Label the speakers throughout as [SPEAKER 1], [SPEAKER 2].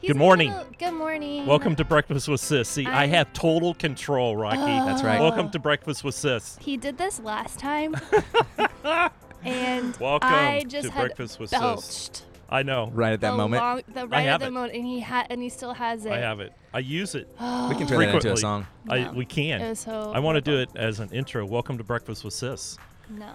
[SPEAKER 1] He's
[SPEAKER 2] Good morning.
[SPEAKER 1] gonna- good morning.
[SPEAKER 2] Welcome to Breakfast with Sis. See, I
[SPEAKER 1] I'm-
[SPEAKER 2] have total control, Rocky.
[SPEAKER 1] That's right.
[SPEAKER 2] Welcome to Breakfast with Sis.
[SPEAKER 1] He did this last time, and
[SPEAKER 2] Welcome
[SPEAKER 1] I just
[SPEAKER 2] to
[SPEAKER 1] had
[SPEAKER 2] Breakfast with Sis.
[SPEAKER 1] belched
[SPEAKER 2] I know.
[SPEAKER 3] Right at that
[SPEAKER 1] the
[SPEAKER 3] moment,
[SPEAKER 1] long- the right
[SPEAKER 2] have
[SPEAKER 1] at the
[SPEAKER 2] it.
[SPEAKER 1] moment, and he had, and he still has it.
[SPEAKER 2] I have it. I use it.
[SPEAKER 3] we can turn that into a
[SPEAKER 2] frequently.
[SPEAKER 3] song.
[SPEAKER 2] I,
[SPEAKER 1] No.
[SPEAKER 2] we can.
[SPEAKER 1] It was so
[SPEAKER 2] I want to do it as an intro. Welcome to Breakfast with Sis.
[SPEAKER 1] No,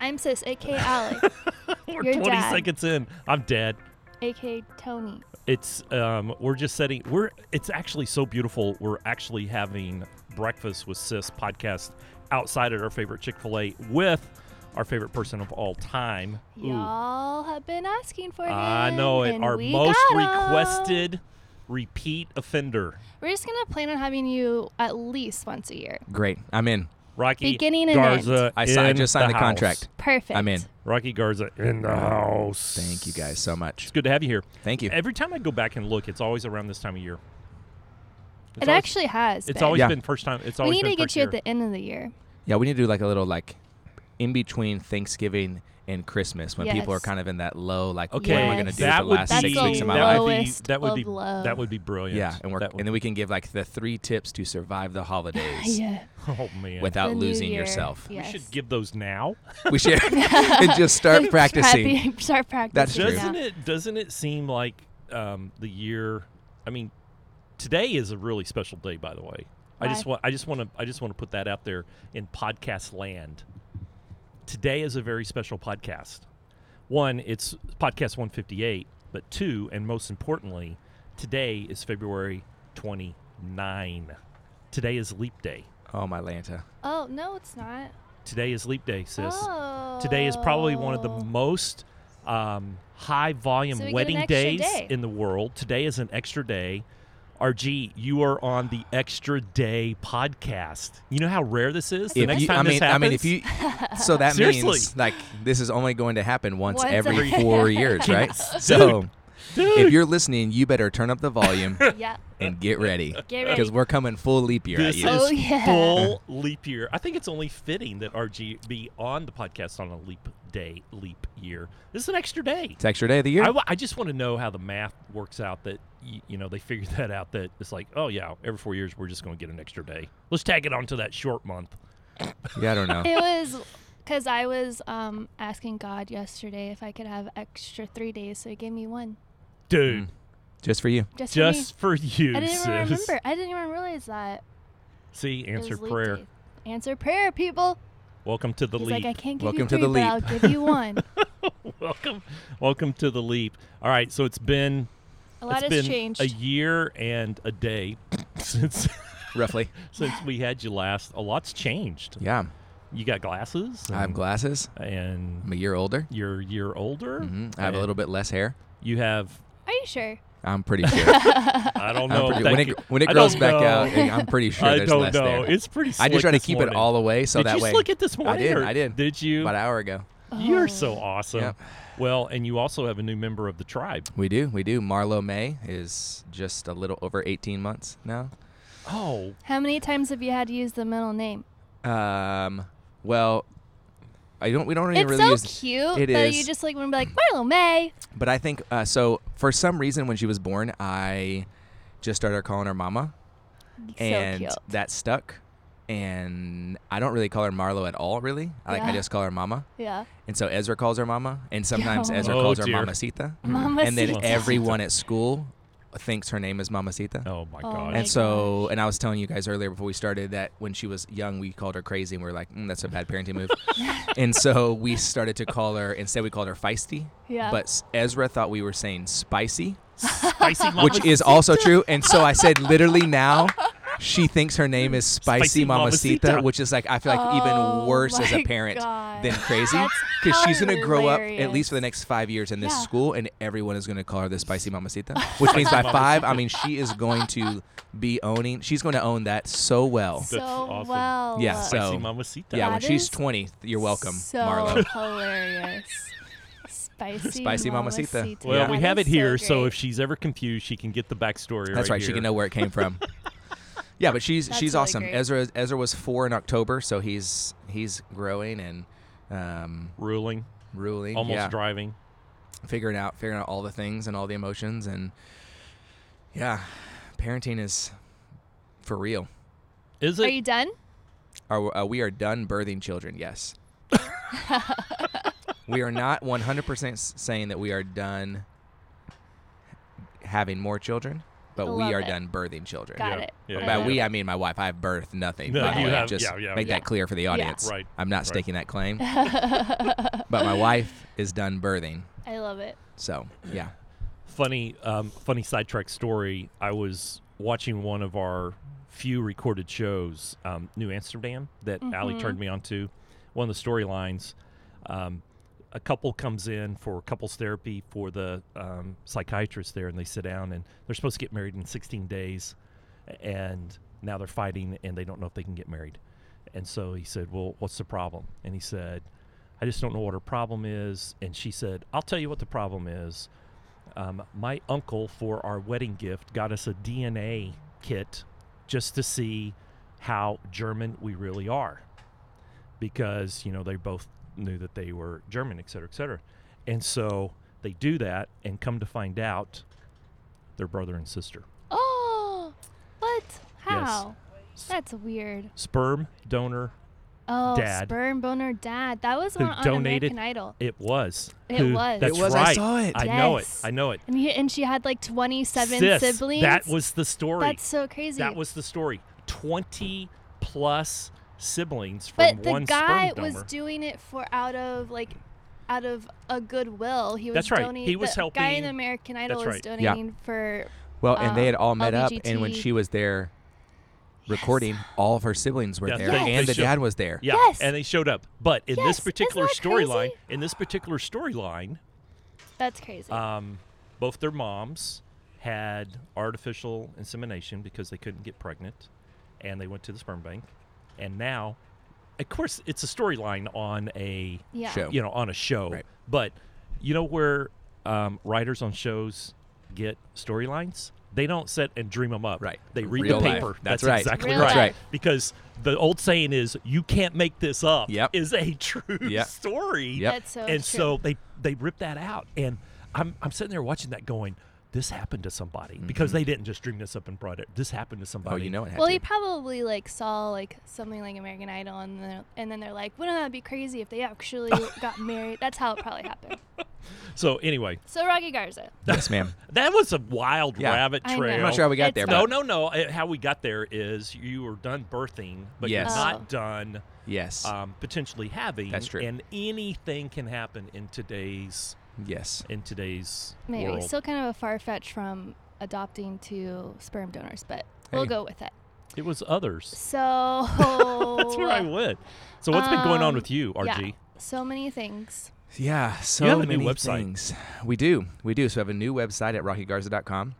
[SPEAKER 1] I'm sis, aka Allie,
[SPEAKER 2] We're
[SPEAKER 1] You're
[SPEAKER 2] 20
[SPEAKER 1] dad.
[SPEAKER 2] seconds in. I'm dead.
[SPEAKER 1] aka Tony.
[SPEAKER 2] It's um we're just setting we're it's actually so beautiful. We're actually having breakfast with Sis podcast outside at our favorite Chick-fil-A with our favorite person of all time.
[SPEAKER 1] Y'all have been asking for him.
[SPEAKER 2] I know it.
[SPEAKER 1] and
[SPEAKER 2] Our
[SPEAKER 1] we
[SPEAKER 2] most
[SPEAKER 1] got 'em.
[SPEAKER 2] requested repeat offender.
[SPEAKER 1] We're just gonna plan on having you at least once a year.
[SPEAKER 3] Great, I'm in.
[SPEAKER 2] Rocky
[SPEAKER 1] Beginning and
[SPEAKER 2] Garza.
[SPEAKER 1] end.
[SPEAKER 3] I, si- I
[SPEAKER 2] in
[SPEAKER 3] just signed the,
[SPEAKER 2] house.
[SPEAKER 3] contract.
[SPEAKER 1] Perfect.
[SPEAKER 3] I'm in.
[SPEAKER 2] Rocky Garza in the house.
[SPEAKER 3] Thank you guys so much.
[SPEAKER 2] It's good to have you here.
[SPEAKER 3] Thank you.
[SPEAKER 2] Every time I go back and look, it's always around this time of year. It's
[SPEAKER 1] It
[SPEAKER 2] always-
[SPEAKER 1] actually has.
[SPEAKER 2] It's
[SPEAKER 1] been.
[SPEAKER 2] always
[SPEAKER 3] Yeah.
[SPEAKER 2] been first time. It's
[SPEAKER 1] We
[SPEAKER 2] always
[SPEAKER 1] need
[SPEAKER 2] been
[SPEAKER 1] to get
[SPEAKER 2] first
[SPEAKER 1] you at
[SPEAKER 2] year.
[SPEAKER 1] the end of the year.
[SPEAKER 3] Yeah, we need to do like a little like in between Thanksgiving and Christmas when people are
[SPEAKER 1] Yes.
[SPEAKER 3] kind of in that low like
[SPEAKER 2] Okay,
[SPEAKER 3] what am I going to
[SPEAKER 1] Yes.
[SPEAKER 3] do
[SPEAKER 2] that
[SPEAKER 3] for the
[SPEAKER 2] would
[SPEAKER 3] last
[SPEAKER 2] be,
[SPEAKER 1] That's
[SPEAKER 3] six
[SPEAKER 1] the
[SPEAKER 3] weeks of my
[SPEAKER 2] that
[SPEAKER 3] life?
[SPEAKER 2] would be-
[SPEAKER 1] lowest
[SPEAKER 2] that would
[SPEAKER 1] of
[SPEAKER 2] be
[SPEAKER 1] low.
[SPEAKER 2] that would be brilliant.
[SPEAKER 3] Yeah, and we're
[SPEAKER 2] That
[SPEAKER 3] and then we can give like the three tips to survive the holidays
[SPEAKER 1] Yeah.
[SPEAKER 2] would- oh man,
[SPEAKER 3] without
[SPEAKER 1] The new
[SPEAKER 3] losing
[SPEAKER 1] year.
[SPEAKER 3] yourself.
[SPEAKER 1] Yeah.
[SPEAKER 2] we
[SPEAKER 1] Yes.
[SPEAKER 2] should give those now.
[SPEAKER 3] We should and just start practicing.
[SPEAKER 1] Preppy- Start practicing.
[SPEAKER 3] true.
[SPEAKER 2] Doesn't
[SPEAKER 1] yeah.
[SPEAKER 2] it? Doesn't it seem like um, the year? I mean, today is a really special day, by the way. I just
[SPEAKER 1] Why?
[SPEAKER 2] want. I just want to. I just want to put that out there in podcast land. Today is a very special podcast. One, it's podcast 158, but two, and most importantly, today is February 29. Today is Leap Day.
[SPEAKER 3] Oh my Lanta.
[SPEAKER 1] Oh no, it's not.
[SPEAKER 2] Today is Leap Day, sis.
[SPEAKER 1] Oh.
[SPEAKER 2] Today is probably one of the most um, high volume
[SPEAKER 1] So we get an
[SPEAKER 2] wedding
[SPEAKER 1] extra
[SPEAKER 2] days
[SPEAKER 1] day.
[SPEAKER 2] in the world. Today is an extra day. RG, you are on the Extra Day podcast. You know how rare this is? The
[SPEAKER 3] If
[SPEAKER 2] next
[SPEAKER 3] you,
[SPEAKER 2] time
[SPEAKER 3] I mean,
[SPEAKER 2] this happens,
[SPEAKER 3] I mean, if you, so that
[SPEAKER 2] Seriously.
[SPEAKER 3] means like this is only going to happen once,
[SPEAKER 1] Once
[SPEAKER 3] every
[SPEAKER 1] every-
[SPEAKER 3] four years, right? So if
[SPEAKER 2] dude,
[SPEAKER 3] you're listening, you better turn up the volume
[SPEAKER 1] Yeah.
[SPEAKER 3] and get ready
[SPEAKER 1] Get ready.
[SPEAKER 3] because we're coming full leap year
[SPEAKER 2] this
[SPEAKER 3] at you.
[SPEAKER 1] Oh,
[SPEAKER 2] is
[SPEAKER 1] yeah.
[SPEAKER 2] full leap year. I think it's only fitting that RG be on the podcast on a leap day, leap year. This is an extra day.
[SPEAKER 3] It's extra day of the year.
[SPEAKER 2] I, wa- I just want to know how the math works out that y- you know they figured that out that it's like oh yeah every four years we're just going to get an extra day let's tag it onto that short month
[SPEAKER 3] yeah, I don't know.
[SPEAKER 1] It was because I was um, asking God yesterday if I could have extra three days, so He gave me one
[SPEAKER 3] Hmm.
[SPEAKER 2] dude
[SPEAKER 3] Just for you.
[SPEAKER 1] just,
[SPEAKER 2] just for you
[SPEAKER 1] for me. I didn't even
[SPEAKER 2] sis.
[SPEAKER 1] remember. I didn't even realize that.
[SPEAKER 2] see
[SPEAKER 1] it
[SPEAKER 2] answer
[SPEAKER 1] was leap
[SPEAKER 2] prayer
[SPEAKER 1] day. Answer prayer, people.
[SPEAKER 2] welcome to the
[SPEAKER 1] He's
[SPEAKER 2] leap
[SPEAKER 1] like, I can't give
[SPEAKER 3] Welcome
[SPEAKER 1] you
[SPEAKER 3] to
[SPEAKER 1] three,
[SPEAKER 3] the
[SPEAKER 1] but I'll give you one.
[SPEAKER 2] welcome welcome to the leap all right so it's been
[SPEAKER 1] A lot
[SPEAKER 2] it's
[SPEAKER 1] has
[SPEAKER 2] been
[SPEAKER 1] changed.
[SPEAKER 2] a year and a day since
[SPEAKER 3] Roughly.
[SPEAKER 2] since we had you last a lot's changed
[SPEAKER 3] Yeah.
[SPEAKER 2] you got glasses
[SPEAKER 3] I have
[SPEAKER 2] and-
[SPEAKER 3] glasses. I'm
[SPEAKER 2] and
[SPEAKER 3] a year older.
[SPEAKER 2] you're a year older
[SPEAKER 3] Mhm. I have a
[SPEAKER 2] and
[SPEAKER 3] little bit less hair.
[SPEAKER 2] you have
[SPEAKER 1] Are you sure?
[SPEAKER 3] I'm pretty sure.
[SPEAKER 2] I don't
[SPEAKER 3] I'm
[SPEAKER 2] know. Thank
[SPEAKER 3] pretty- when, it,
[SPEAKER 2] you.
[SPEAKER 3] when it
[SPEAKER 2] I
[SPEAKER 3] grows
[SPEAKER 2] don't
[SPEAKER 3] back
[SPEAKER 2] know.
[SPEAKER 3] out, I'm pretty sure
[SPEAKER 2] I
[SPEAKER 3] there's
[SPEAKER 2] don't
[SPEAKER 3] less
[SPEAKER 2] know.
[SPEAKER 3] there.
[SPEAKER 2] It's pretty.
[SPEAKER 3] I just try to
[SPEAKER 2] slick this
[SPEAKER 3] keep it
[SPEAKER 2] morning.
[SPEAKER 3] all the way so
[SPEAKER 2] did
[SPEAKER 3] that
[SPEAKER 2] you
[SPEAKER 3] way.
[SPEAKER 2] slick it this morning?
[SPEAKER 3] did,
[SPEAKER 2] or
[SPEAKER 3] I did.
[SPEAKER 2] Did you?
[SPEAKER 3] about an hour ago.
[SPEAKER 2] You're
[SPEAKER 1] Oh.
[SPEAKER 2] so awesome.
[SPEAKER 3] Yep.
[SPEAKER 2] Well, and you also have a new member of the tribe.
[SPEAKER 3] We do, we do. Marlo May is just a little over 18 months now.
[SPEAKER 2] Oh,
[SPEAKER 1] How many times have you had to use the middle name?
[SPEAKER 3] Um, well, I don't. We don't even
[SPEAKER 1] It's
[SPEAKER 3] really
[SPEAKER 1] so
[SPEAKER 3] use.
[SPEAKER 1] cute
[SPEAKER 3] it
[SPEAKER 1] that
[SPEAKER 3] is.
[SPEAKER 1] you just like want to be like Marlo May.
[SPEAKER 3] But I think uh, so. For some reason, when she was born, I just started calling her Mama, and
[SPEAKER 1] so cute.
[SPEAKER 3] that stuck. And I don't really call her Marlo at all. Really, I, like I
[SPEAKER 1] Yeah.
[SPEAKER 3] just call her Mama.
[SPEAKER 1] Yeah.
[SPEAKER 3] And so Ezra calls her Mama, and sometimes
[SPEAKER 1] Oh.
[SPEAKER 3] Ezra
[SPEAKER 2] Oh,
[SPEAKER 3] calls her
[SPEAKER 2] dear.
[SPEAKER 3] Mamacita,
[SPEAKER 1] Mama
[SPEAKER 3] Mm-hmm. and then
[SPEAKER 2] Mamacita.
[SPEAKER 3] everyone at school thinks her name is Mamacita.
[SPEAKER 2] oh my
[SPEAKER 1] Oh
[SPEAKER 2] God.
[SPEAKER 1] my
[SPEAKER 3] And so, and I was telling you guys earlier before we started that when she was young, we called her crazy, and we were like, mm, "That's a bad parenting move." and so we started to call her instead. We called her feisty.
[SPEAKER 1] Yeah.
[SPEAKER 3] But S- Ezra thought we were saying spicy,
[SPEAKER 2] Spicy mama.
[SPEAKER 3] which is also true. And so I said, literally now, she thinks her name is
[SPEAKER 2] Spicy
[SPEAKER 3] Spicy, mamacita,
[SPEAKER 2] Mamacita.
[SPEAKER 3] which is like I feel like
[SPEAKER 1] Oh
[SPEAKER 3] even worse as a
[SPEAKER 1] my
[SPEAKER 3] parent
[SPEAKER 1] God.
[SPEAKER 3] than crazy,
[SPEAKER 1] That's
[SPEAKER 3] because she's gonna grow up at
[SPEAKER 1] hilarious.
[SPEAKER 3] least for the next five years in this
[SPEAKER 1] Yeah.
[SPEAKER 3] school, and everyone is gonna call her the Spicy Mamacita, which means by five, I mean she is going to be owning. She's going to own that so well.
[SPEAKER 1] so
[SPEAKER 2] awesome.
[SPEAKER 1] well.
[SPEAKER 3] Yeah,
[SPEAKER 1] uh,
[SPEAKER 2] Spicy
[SPEAKER 3] so-
[SPEAKER 2] mamacita.
[SPEAKER 3] Yeah, when
[SPEAKER 1] That
[SPEAKER 3] she's
[SPEAKER 1] is
[SPEAKER 3] 20, you're welcome,
[SPEAKER 1] so
[SPEAKER 3] Marlo.
[SPEAKER 1] hilarious. Spicy,
[SPEAKER 3] Spicy mamacita.
[SPEAKER 2] Well,
[SPEAKER 3] Yeah.
[SPEAKER 2] we
[SPEAKER 1] That
[SPEAKER 2] have
[SPEAKER 1] is
[SPEAKER 2] it here, so,
[SPEAKER 1] great.
[SPEAKER 2] if she's ever confused, she can get the backstory.
[SPEAKER 3] That's right. She
[SPEAKER 2] here.
[SPEAKER 3] can know where it came from. yeah, but she's
[SPEAKER 1] That's
[SPEAKER 3] she's
[SPEAKER 1] really
[SPEAKER 3] awesome.
[SPEAKER 1] great.
[SPEAKER 3] Ezra Ezra was four in October, so he's he's growing and um,
[SPEAKER 2] Ruling,
[SPEAKER 3] ruling.
[SPEAKER 2] almost
[SPEAKER 3] yeah,
[SPEAKER 2] driving.
[SPEAKER 3] figuring out figuring out all the things and all the emotions and Yeah, parenting is for real.
[SPEAKER 2] Is
[SPEAKER 1] Are
[SPEAKER 2] it?
[SPEAKER 1] you done?
[SPEAKER 3] Are, uh, we are done birthing children, yes. we are not 100% s- saying that we are done having more children, but
[SPEAKER 1] Love
[SPEAKER 3] we are
[SPEAKER 1] it.
[SPEAKER 3] done birthing children.
[SPEAKER 1] Got
[SPEAKER 2] Yeah,
[SPEAKER 1] it.
[SPEAKER 2] yeah,
[SPEAKER 1] I
[SPEAKER 2] yeah,
[SPEAKER 3] By
[SPEAKER 1] love
[SPEAKER 2] yeah.
[SPEAKER 1] it.
[SPEAKER 3] we, I mean my wife. I have birth nothing.
[SPEAKER 2] No,
[SPEAKER 3] by the
[SPEAKER 1] you
[SPEAKER 3] way.
[SPEAKER 2] have-
[SPEAKER 3] Just
[SPEAKER 2] yeah, yeah,
[SPEAKER 3] make
[SPEAKER 1] yeah.
[SPEAKER 3] that clear for the
[SPEAKER 1] Yeah.
[SPEAKER 3] audience.
[SPEAKER 2] Right,
[SPEAKER 3] I'm not
[SPEAKER 2] right.
[SPEAKER 3] staking that claim. but my wife is done birthing.
[SPEAKER 1] I love it.
[SPEAKER 3] So, yeah.
[SPEAKER 2] funny um, funny sidetrack story i was watching one of our few recorded shows um, new amsterdam that ali
[SPEAKER 1] Mhm.
[SPEAKER 2] turned me on to one of the storylines um, a couple comes in for couples therapy for the um, psychiatrist there and they sit down and they're supposed to get married in 16 days and now they're fighting and they don't know if they can get married and so he said well what's the problem and he said i just don't know what her problem is and she said i'll tell you what the problem is um, my uncle for our wedding gift got us a DNA kit just to see how German we really are, because you know they both knew that they were German, et cetera, et cetera, and so they do that and come to find out they're brother and sister.
[SPEAKER 1] Oh, what? How? That's weird.
[SPEAKER 2] Sperm donor,
[SPEAKER 1] Oh,
[SPEAKER 2] Dad.
[SPEAKER 1] sperm boner dad. That was
[SPEAKER 2] Who
[SPEAKER 1] one on
[SPEAKER 2] donated-
[SPEAKER 1] American Idol.
[SPEAKER 2] it was.
[SPEAKER 1] It
[SPEAKER 2] who-
[SPEAKER 1] was. It
[SPEAKER 2] That's
[SPEAKER 3] was, I
[SPEAKER 2] right.
[SPEAKER 3] saw it.
[SPEAKER 2] I know it.
[SPEAKER 1] Yes.
[SPEAKER 2] I know it.
[SPEAKER 1] And, he, and she had like 27
[SPEAKER 2] Sis,
[SPEAKER 1] siblings.
[SPEAKER 2] That was the story.
[SPEAKER 1] That's so crazy.
[SPEAKER 2] That was the story. Twenty plus siblings from
[SPEAKER 1] but
[SPEAKER 2] one
[SPEAKER 1] the guy
[SPEAKER 2] sperm donor.
[SPEAKER 1] was doing it for out of like out of a goodwill. He was
[SPEAKER 2] That's right.
[SPEAKER 1] donating
[SPEAKER 2] He was
[SPEAKER 1] the guy in
[SPEAKER 2] helping-
[SPEAKER 1] American Idol
[SPEAKER 2] That's right.
[SPEAKER 1] was
[SPEAKER 2] Yeah.
[SPEAKER 1] donating for
[SPEAKER 3] Well, and they had
[SPEAKER 1] Uh,
[SPEAKER 3] all met up, and when
[SPEAKER 1] LGBT.
[SPEAKER 3] she was there recording, all of her siblings were
[SPEAKER 2] Yeah,
[SPEAKER 3] there,
[SPEAKER 1] they-
[SPEAKER 3] and
[SPEAKER 2] they
[SPEAKER 3] the
[SPEAKER 2] should-
[SPEAKER 3] dad was there.
[SPEAKER 2] Yeah,
[SPEAKER 1] Yes.
[SPEAKER 2] and they showed up. But in
[SPEAKER 1] Yes,
[SPEAKER 2] this
[SPEAKER 1] isn't
[SPEAKER 2] particular
[SPEAKER 1] that
[SPEAKER 2] storyline,
[SPEAKER 1] crazy?
[SPEAKER 2] in this particular storyline,
[SPEAKER 1] That's crazy.
[SPEAKER 2] um, both their moms had artificial insemination because they couldn't get pregnant, and they went to the sperm bank, and now, of course, it's a storyline on a
[SPEAKER 1] yeah.
[SPEAKER 3] show.
[SPEAKER 2] you know on a show,
[SPEAKER 3] Right.
[SPEAKER 2] but you know where um, writers on shows get storylines. They don't sit and dream them up.
[SPEAKER 3] Right.
[SPEAKER 2] They read
[SPEAKER 3] Real
[SPEAKER 2] the
[SPEAKER 3] life.
[SPEAKER 2] paper.
[SPEAKER 3] That's right.
[SPEAKER 2] Exactly
[SPEAKER 1] Real
[SPEAKER 2] right.
[SPEAKER 1] That's life.
[SPEAKER 3] right.
[SPEAKER 2] Because the old saying is, "You can't make this up."
[SPEAKER 3] Yep.
[SPEAKER 2] Is a true
[SPEAKER 3] Yep.
[SPEAKER 2] story.
[SPEAKER 3] Yep.
[SPEAKER 1] That's so
[SPEAKER 2] and
[SPEAKER 1] true.
[SPEAKER 2] so they they ripped that out, and I'm I'm sitting there watching that, going, "This happened to somebody," because they didn't just dream this up and brought it. This happened to
[SPEAKER 3] Mm-hmm. Oh,
[SPEAKER 2] somebody.
[SPEAKER 3] you know it had
[SPEAKER 1] well,
[SPEAKER 3] to.
[SPEAKER 1] he probably like saw like something like American Idol, and then, and then they're like, "Wouldn't that be crazy if they actually got married?" That's how it probably happened.
[SPEAKER 2] So anyway,
[SPEAKER 1] So Rocky Garza,
[SPEAKER 3] yes, ma'am.
[SPEAKER 2] that was a wild
[SPEAKER 3] Yeah.
[SPEAKER 2] rabbit
[SPEAKER 1] I know.
[SPEAKER 2] trail.
[SPEAKER 1] I'm
[SPEAKER 3] I'm not sure how we got
[SPEAKER 1] It's
[SPEAKER 3] there.
[SPEAKER 1] not-
[SPEAKER 2] No,
[SPEAKER 3] but
[SPEAKER 2] no, no. Uh, How we got there is you were done birthing, but
[SPEAKER 3] Yes.
[SPEAKER 2] you're
[SPEAKER 1] Oh.
[SPEAKER 2] not done
[SPEAKER 3] Yes,
[SPEAKER 2] um, potentially having.
[SPEAKER 3] That's true.
[SPEAKER 2] And anything can happen in today's
[SPEAKER 3] yes.
[SPEAKER 2] in today's
[SPEAKER 1] maybe
[SPEAKER 2] world.
[SPEAKER 1] still kind of a far fetch from adopting to sperm donors, but we'll
[SPEAKER 3] Hey.
[SPEAKER 1] go with it.
[SPEAKER 2] it was others.
[SPEAKER 1] So
[SPEAKER 2] That's where I went. So what's been going on
[SPEAKER 1] Um,
[SPEAKER 2] with you,
[SPEAKER 1] yeah,
[SPEAKER 2] RG?
[SPEAKER 1] so many things.
[SPEAKER 3] Yeah, so
[SPEAKER 2] have a new
[SPEAKER 3] many
[SPEAKER 2] website.
[SPEAKER 3] things. We do, we do. So we have a new website at RockyGarza.com.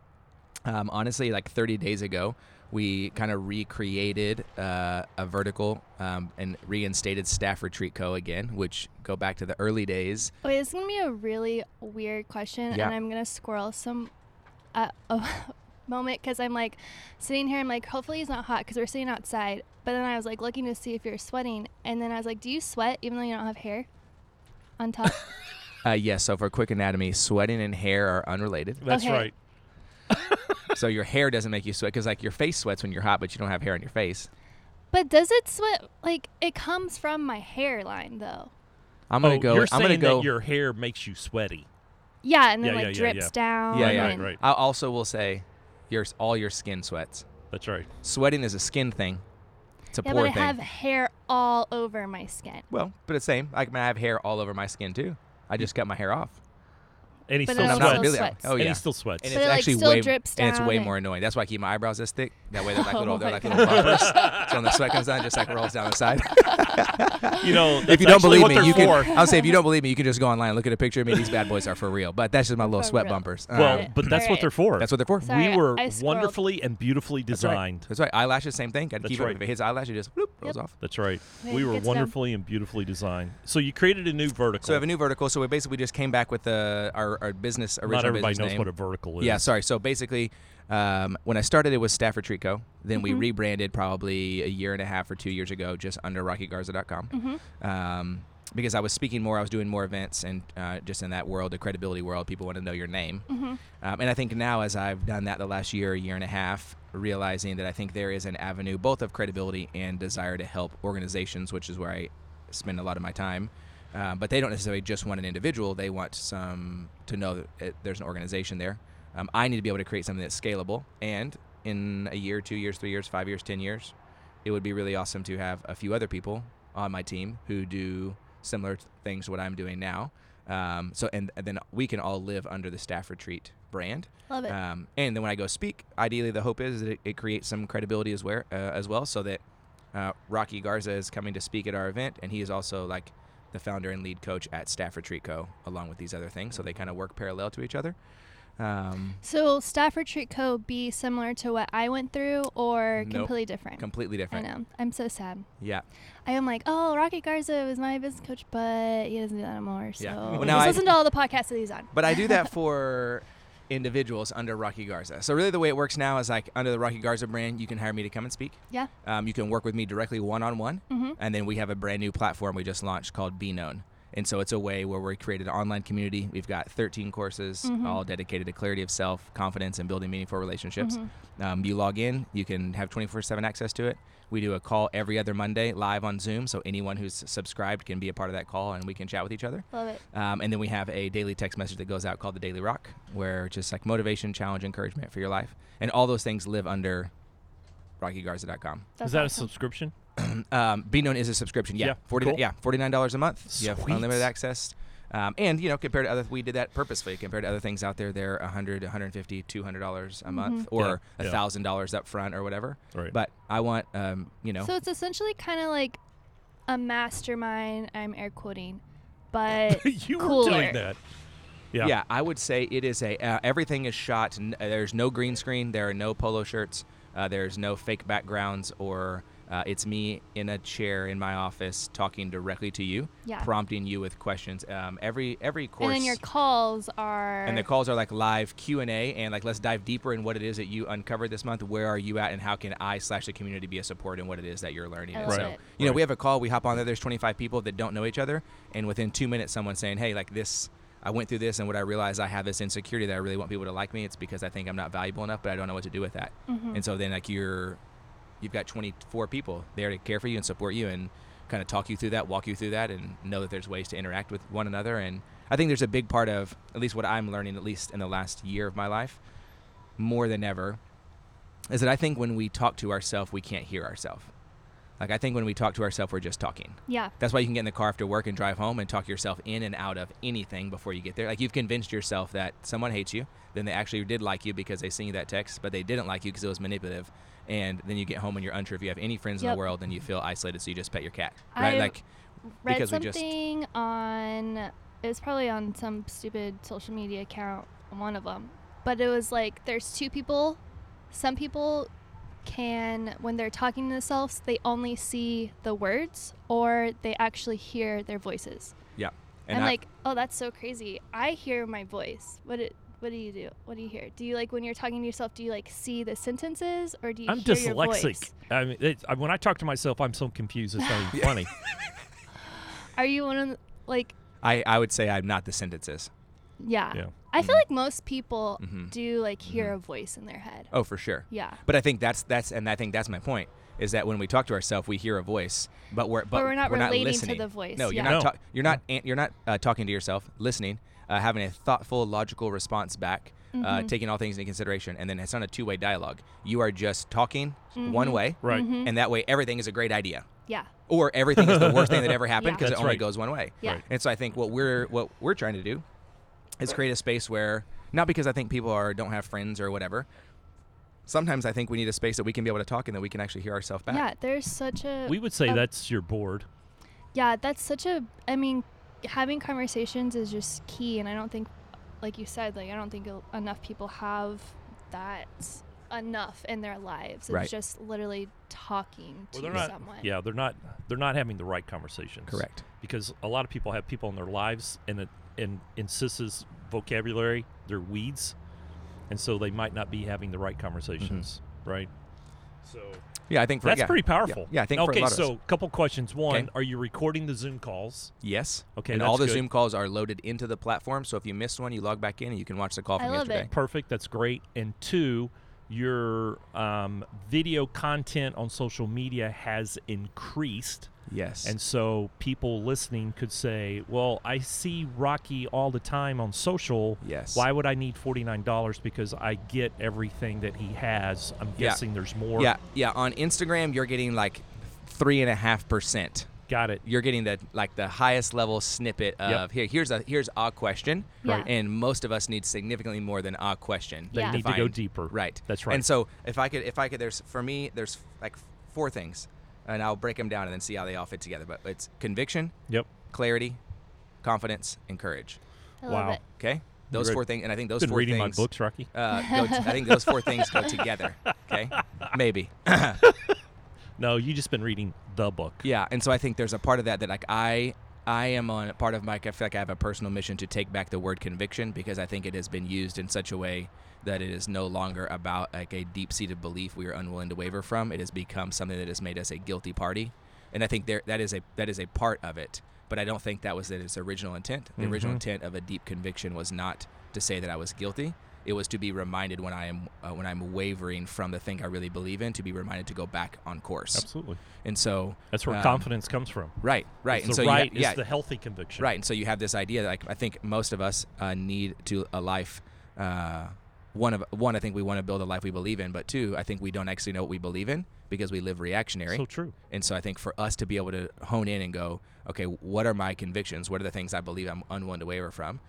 [SPEAKER 3] Um, honestly, like 30 days ago, we kind of recreated uh, a vertical um, and reinstated Staff Retreat Co. again, which go back to the early days.
[SPEAKER 1] Wait, this is gonna be a really weird question,
[SPEAKER 3] Yeah.
[SPEAKER 1] and I'm gonna squirrel some uh, a moment because I'm like sitting here. I'm like, hopefully he's not hot because we're sitting outside. But then I was like looking to see if you're sweating, and then I was like, do you sweat even though you don't have hair on top?
[SPEAKER 3] Uh, yes, so for quick anatomy, sweating and hair are unrelated.
[SPEAKER 2] That's
[SPEAKER 1] okay.
[SPEAKER 2] right.
[SPEAKER 3] so your hair doesn't make you sweat because like your face sweats when you're hot, but you don't have hair on your face.
[SPEAKER 1] but does it sweat? Like it comes from my hairline though.
[SPEAKER 3] I'm gonna
[SPEAKER 2] oh,
[SPEAKER 3] go.
[SPEAKER 2] You're
[SPEAKER 3] I'm
[SPEAKER 2] saying
[SPEAKER 3] gonna go.
[SPEAKER 2] that your hair makes you sweaty.
[SPEAKER 1] Yeah, and then
[SPEAKER 2] Yeah,
[SPEAKER 1] like
[SPEAKER 2] yeah, yeah,
[SPEAKER 1] drips
[SPEAKER 2] yeah.
[SPEAKER 1] down.
[SPEAKER 3] yeah,
[SPEAKER 2] Right,
[SPEAKER 3] yeah.
[SPEAKER 2] right,
[SPEAKER 1] and-
[SPEAKER 2] right.
[SPEAKER 3] I also will say, your all your skin sweats.
[SPEAKER 2] That's right.
[SPEAKER 3] Sweating is a skin thing. It's a
[SPEAKER 1] Yeah,
[SPEAKER 3] poor
[SPEAKER 1] but I
[SPEAKER 3] thing.
[SPEAKER 1] have hair all over my skin.
[SPEAKER 3] Well, but it's same. Like I, mean, I have hair all over my skin too. I just cut my hair off.
[SPEAKER 2] And he
[SPEAKER 1] But
[SPEAKER 2] still
[SPEAKER 1] it
[SPEAKER 3] I'm
[SPEAKER 1] also
[SPEAKER 2] sweats.
[SPEAKER 3] not really.
[SPEAKER 1] sweats.
[SPEAKER 3] Oh
[SPEAKER 2] And
[SPEAKER 3] yeah.
[SPEAKER 2] he still sweats.
[SPEAKER 3] and
[SPEAKER 1] But
[SPEAKER 3] it's
[SPEAKER 1] it, like,
[SPEAKER 3] actually
[SPEAKER 1] still
[SPEAKER 3] way
[SPEAKER 1] drips
[SPEAKER 3] and it's way
[SPEAKER 1] down
[SPEAKER 3] more annoying. That's why I keep my eyebrows this thick. That way they're like
[SPEAKER 1] Oh
[SPEAKER 3] little, they're
[SPEAKER 1] my
[SPEAKER 3] like little bumpers. so on the sweat comes down, it just like rolls down the side.
[SPEAKER 2] you know,
[SPEAKER 3] if
[SPEAKER 2] that's
[SPEAKER 3] you don't
[SPEAKER 2] actually
[SPEAKER 3] believe
[SPEAKER 2] what
[SPEAKER 3] me,
[SPEAKER 2] they're
[SPEAKER 3] you can.
[SPEAKER 2] for.
[SPEAKER 3] I'll say if you don't believe me, you can just go online, look at a picture of me. These bad boys are for real. But that's just my little
[SPEAKER 1] For
[SPEAKER 3] sweat
[SPEAKER 1] real.
[SPEAKER 3] bumpers. All
[SPEAKER 2] Well,
[SPEAKER 3] right.
[SPEAKER 2] but that's
[SPEAKER 1] Alright.
[SPEAKER 2] what they're for.
[SPEAKER 3] Uh, that's what they're for.
[SPEAKER 1] Sorry.
[SPEAKER 2] we were
[SPEAKER 1] I scrolled.
[SPEAKER 2] wonderfully and beautifully
[SPEAKER 3] That's right.
[SPEAKER 2] designed.
[SPEAKER 3] That's right. Eyelashes, same thing. Got to
[SPEAKER 2] That's
[SPEAKER 3] keep
[SPEAKER 2] right.
[SPEAKER 3] it. If it hits eyelashes, it just whoop, rolls
[SPEAKER 1] Yep.
[SPEAKER 3] off.
[SPEAKER 2] That's right.
[SPEAKER 1] Yeah,
[SPEAKER 2] we were
[SPEAKER 1] good stuff.
[SPEAKER 2] wonderfully and beautifully designed. So you created a new vertical.
[SPEAKER 3] So we have a new vertical. So we basically just came back with the, our, our business original
[SPEAKER 2] Not everybody
[SPEAKER 3] business
[SPEAKER 2] knows
[SPEAKER 3] name.
[SPEAKER 2] what a vertical is.
[SPEAKER 3] Yeah, sorry. So basically, um, when I started, it was Stafford Trico. Then we rebranded probably a year and a half or two years ago, just under RockyGarza.com. Um, because I was speaking more, I was doing more events, and uh, just in that world, the credibility world, people want to know your name. Um, and I think now, as I've done that the last year, year and a half, realizing that I think there is an avenue both of credibility and desire to help organizations, which is where I spend a lot of my time. Um, but they don't necessarily just want an individual; they want some to know that it, there's an organization there. Um, I need to be able to create something that's scalable, and in a year, two years, three years, five years, ten years, it would be really awesome to have a few other people on my team who do similar th- things to what I'm doing now. Um, so and, and then we can all live under the staff retreat brand.
[SPEAKER 1] Love it.
[SPEAKER 3] Um, and then when I go speak, ideally the hope is that it, it creates some credibility as well, uh, as well, so that uh, Rocky Garza is coming to speak at our event, and he is also like the founder and lead coach at Staff Retreat Co. Along with these other things,
[SPEAKER 1] Mm-hmm.
[SPEAKER 3] so they kind of work parallel to each other. Um,
[SPEAKER 1] so will Staff Retreat Co. be similar to what I went through or
[SPEAKER 3] Nope.
[SPEAKER 1] completely different?
[SPEAKER 3] completely
[SPEAKER 1] I
[SPEAKER 3] different.
[SPEAKER 1] know. I'm so sad.
[SPEAKER 3] Yeah.
[SPEAKER 1] I am like, oh, Rocky Garza was my business coach, but he doesn't do that anymore. So
[SPEAKER 3] Yeah. Well,
[SPEAKER 1] just
[SPEAKER 3] now I-
[SPEAKER 1] listen to all the podcasts that he's on.
[SPEAKER 3] But I do that for individuals under Rocky Garza. So really, the way it works now is like under the Rocky Garza brand, you can hire me to come and speak.
[SPEAKER 1] Yeah.
[SPEAKER 3] Um, you can work with me directly one on one, and then we have a brand new platform we just launched called Be Known. And so it's a way where we created an online community. We've got 13 courses, all dedicated to clarity of self, confidence, and building meaningful relationships. Um, you log in, you can have 24 7 access to it. We do a call every other Monday live on Zoom. So anyone who's subscribed can be a part of that call and we can chat with each other.
[SPEAKER 1] Love it.
[SPEAKER 3] Um, and then we have a daily text message that goes out called the Daily Rock, where just like motivation, challenge, encouragement for your life, and all those things live under RockyGarza.com.
[SPEAKER 1] That's
[SPEAKER 2] is
[SPEAKER 1] awesome.
[SPEAKER 2] that a subscription?
[SPEAKER 3] Um, Be known is a subscription. Yeah,
[SPEAKER 2] Yeah,
[SPEAKER 3] forty.
[SPEAKER 2] cool.
[SPEAKER 3] Yeah, forty nine dollars a month. You have
[SPEAKER 2] Sweet.
[SPEAKER 3] unlimited access. Um, and you know, compared to other, we did that purposely. Compared to other things out there, they're 100 150 200 dollars a month,
[SPEAKER 1] Mm-hmm.
[SPEAKER 3] or
[SPEAKER 2] Yeah, yeah.
[SPEAKER 3] thousand dollars up front, or whatever.
[SPEAKER 2] Right.
[SPEAKER 3] But I want, um, you know,
[SPEAKER 1] So it's essentially kind of like a mastermind. I'm air quoting, but
[SPEAKER 2] you
[SPEAKER 1] cooler.
[SPEAKER 2] were doing that. Yeah.
[SPEAKER 3] Yeah. I would say it is a uh, everything is shot. N- uh, there's no green screen. There are no polo shirts. Uh, there's no fake backgrounds or uh, it's me in a chair in my office talking directly to you,
[SPEAKER 1] Yeah.
[SPEAKER 3] prompting you with questions. Um, every every course
[SPEAKER 1] and then your calls are
[SPEAKER 3] and the calls are like live Q and A and like let's dive deeper in what it is that you uncovered this month. Where are you at, and how can I slash the community be a support in what it is that you're learning?
[SPEAKER 1] I
[SPEAKER 3] And
[SPEAKER 1] love
[SPEAKER 3] so,
[SPEAKER 1] it.
[SPEAKER 3] you know,
[SPEAKER 2] Right.
[SPEAKER 3] we have a call. We hop on there. There's 25 people that don't know each other, and within two minutes, someone's saying, "Hey, like this." I went through this, and what I realized I have this insecurity that I really want people to like me. It's because I think I'm not valuable enough, but I don't know what to do with that. And so then, like you're, you've got 24 people there to care for you and support you, and kind of talk you through that, walk you through that, and know that there's ways to interact with one another. And I think there's a big part of at least what I'm learning, at least in the last year of my life, more than ever, is that I think when we talk to ourselves, we can't hear ourselves. Like I think when we talk to ourselves, we're just talking.
[SPEAKER 1] yeah.
[SPEAKER 3] That's why you can get in the car after work and drive home and talk yourself in and out of anything before you get there. Like you've convinced yourself that someone hates you, then they actually did like you because they sent you that text, but they didn't like you because it was manipulative. And then you get home and you're unsure if you have any friends in
[SPEAKER 1] Yep.
[SPEAKER 3] the world, and you feel isolated, so you just pet your cat,
[SPEAKER 1] I-
[SPEAKER 3] right? like
[SPEAKER 1] Read
[SPEAKER 3] because we just-
[SPEAKER 1] something on it was probably on some stupid social media account, one of them. But it was like there's two people. Some people can when they're talking to themselves, they only see the words or they actually hear their voices.
[SPEAKER 3] yeah.
[SPEAKER 1] I'm
[SPEAKER 3] I-
[SPEAKER 1] like, oh, that's so crazy. I hear my voice. What it, what do you do? What do you hear? Do you like when you're talking to yourself? Do you like see the sentences or do you?
[SPEAKER 2] I'm
[SPEAKER 1] hear Your
[SPEAKER 2] dyslexic.
[SPEAKER 1] voice?
[SPEAKER 2] I mean, it's, I, when I talk to myself, I'm so confused. It's not even funny.
[SPEAKER 1] Are you one of the, like?
[SPEAKER 3] I, I would say I'm not the sentences.
[SPEAKER 1] Yeah.
[SPEAKER 2] Yeah.
[SPEAKER 1] I feel like most people do like hear a voice in their head.
[SPEAKER 3] Oh, for sure.
[SPEAKER 1] Yeah.
[SPEAKER 3] But I think that's that's and I think that's my point is that when we talk to ourselves, we hear a voice, but we're but,
[SPEAKER 1] we're not relating to
[SPEAKER 3] listening.
[SPEAKER 1] the voice,
[SPEAKER 3] No, you're
[SPEAKER 1] yeah.
[SPEAKER 3] not.
[SPEAKER 2] No.
[SPEAKER 3] ta- you're not. an- You're not uh, talking to yourself, listening, uh, having a thoughtful, logical response back,
[SPEAKER 1] Mm-hmm.
[SPEAKER 3] uh, taking all things into consideration, and then it's not a two-way dialogue. You are just talking
[SPEAKER 1] Mm-hmm.
[SPEAKER 3] one way,
[SPEAKER 2] Right.
[SPEAKER 3] And that way, everything is a great idea
[SPEAKER 1] Yeah.
[SPEAKER 3] or everything is the worst thing that ever
[SPEAKER 1] Yeah.
[SPEAKER 3] happened because
[SPEAKER 2] That's
[SPEAKER 3] it only
[SPEAKER 2] right.
[SPEAKER 3] goes one way.
[SPEAKER 1] Yeah. Right.
[SPEAKER 3] And so I think what we're what we're trying to do is create a space where not because I think people are don't have friends or whatever. Sometimes I think we need a space that we can be able to talk and that we can actually hear ourselves back.
[SPEAKER 1] Yeah. There's such a.
[SPEAKER 2] We would say
[SPEAKER 1] a-
[SPEAKER 2] that's your board.
[SPEAKER 1] Yeah, that's such a. I mean, having conversations is just key, and I don't think, like you said, like I don't think el- enough people have that enough in their lives. It's
[SPEAKER 3] Right.
[SPEAKER 1] just literally talking to someone.
[SPEAKER 2] Yeah, they're not. They're not having the right conversations.
[SPEAKER 3] Correct.
[SPEAKER 2] Because a lot of people have people in their lives, and it and insists vocabulary. They're
[SPEAKER 3] Mm-hmm.
[SPEAKER 2] weeds, and so they might not be having the right conversations. Right. So
[SPEAKER 3] Yeah, I think for,
[SPEAKER 2] That's
[SPEAKER 3] yeah,
[SPEAKER 2] pretty
[SPEAKER 3] yeah,
[SPEAKER 2] powerful.
[SPEAKER 3] Yeah, I think for
[SPEAKER 2] Okay,
[SPEAKER 3] a lot of us.
[SPEAKER 2] so couple questions. One,
[SPEAKER 3] Okay.
[SPEAKER 2] are you recording the Zoom calls?
[SPEAKER 3] Yes.
[SPEAKER 2] Okay,
[SPEAKER 3] And all the
[SPEAKER 2] that's good.
[SPEAKER 3] Zoom calls are loaded into the platform, so if you missed one, you log back in and you can watch the call
[SPEAKER 1] I
[SPEAKER 3] from
[SPEAKER 1] love
[SPEAKER 3] yesterday.
[SPEAKER 1] it.
[SPEAKER 2] Perfect. That's great. And two, your um, video content on social media has increased.
[SPEAKER 3] Yes.
[SPEAKER 2] And so people listening could say, well, I see Rocky all the time on social.
[SPEAKER 3] yes.
[SPEAKER 2] Why would I need $49? Because I get everything that he has. I'm
[SPEAKER 3] Yeah.
[SPEAKER 2] guessing there's more.
[SPEAKER 3] Yeah, yeah. On Instagram, you're getting like three and a half percent.
[SPEAKER 2] Got it.
[SPEAKER 3] You're getting the like the highest level snippet of
[SPEAKER 2] Yep.
[SPEAKER 3] here. Here's a here's a question,
[SPEAKER 1] Yeah.
[SPEAKER 3] and most of us need significantly more than a question.
[SPEAKER 2] They
[SPEAKER 1] Yeah.
[SPEAKER 2] need to go
[SPEAKER 3] defined.
[SPEAKER 2] deeper.
[SPEAKER 3] Right.
[SPEAKER 2] That's right.
[SPEAKER 3] And so if I could, if I could, there's for me, there's like four things, and I'll break them down and then see how they all fit together. But it's conviction,
[SPEAKER 2] Yep.
[SPEAKER 3] clarity, confidence, and courage.
[SPEAKER 1] I love
[SPEAKER 2] Wow.
[SPEAKER 1] it.
[SPEAKER 3] Okay, those
[SPEAKER 2] Great.
[SPEAKER 3] four things, and I think those
[SPEAKER 2] Been
[SPEAKER 3] four
[SPEAKER 2] reading
[SPEAKER 3] things.
[SPEAKER 2] my books, Rocky.
[SPEAKER 3] Uh, go t- I think those four things go together. Okay, maybe.
[SPEAKER 2] No, you just been reading the book.
[SPEAKER 3] Yeah, and so I think there's a part of that that like I I am on part of my I feel like I have a personal mission to take back the word conviction because I think it has been used in such a way that it is no longer about like a deep-seated belief we are unwilling to waver from. It has become something that has made us a guilty party, and I think there that is a that is a part of it. But I don't think that was its original intent. The original
[SPEAKER 2] Mhm.
[SPEAKER 3] intent of a deep conviction was not to say that I was guilty. It was to be reminded when I am uh, when I'm wavering from the thing I really believe in to be reminded to go back on course.
[SPEAKER 2] Absolutely.
[SPEAKER 3] And so
[SPEAKER 2] That's where
[SPEAKER 3] um,
[SPEAKER 2] confidence comes from.
[SPEAKER 3] Right, right.
[SPEAKER 2] It's
[SPEAKER 3] and
[SPEAKER 2] the
[SPEAKER 3] so you ha-
[SPEAKER 2] right
[SPEAKER 3] yeah,
[SPEAKER 2] is the healthy conviction.
[SPEAKER 3] right. And so you have this idea that like, I think most of us uh, need to a life. Uh, one of one, I think we want to build a life we believe in, but two, I think we don't actually know what we believe in because we live reactionary.
[SPEAKER 2] So true.
[SPEAKER 3] and so I think for us to be able to hone in and go, okay, what are my convictions? What are the things I believe I'm unwilling to waver from?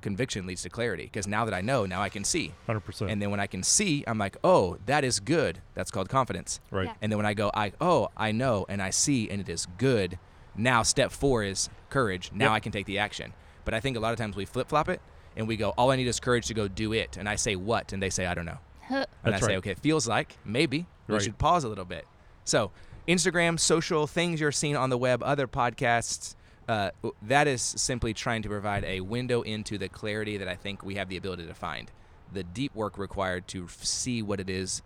[SPEAKER 3] Conviction leads to clarity because now that I know, now I can see.
[SPEAKER 2] 100%.
[SPEAKER 3] And then when I can see, I'm like, oh, that is good. That's called confidence.
[SPEAKER 2] right.
[SPEAKER 1] Yeah.
[SPEAKER 3] And then when I go, I oh, I know and I see and it is good. Now step four is courage. Now
[SPEAKER 2] Yep.
[SPEAKER 3] I can take the action. But I think a lot of times we flip flop it and we go, all I need is courage to go do it. And I say what? And they say I don't know.
[SPEAKER 1] Huh.
[SPEAKER 3] And
[SPEAKER 2] That's
[SPEAKER 3] I say,
[SPEAKER 2] right.
[SPEAKER 3] okay, it feels like maybe we
[SPEAKER 2] Right.
[SPEAKER 3] should pause a little bit. So Instagram, social things you're seeing on the web, other podcasts. Uh, w- that is simply trying to provide a window into the clarity that I think we have the ability to find. The deep work required to f- see what it is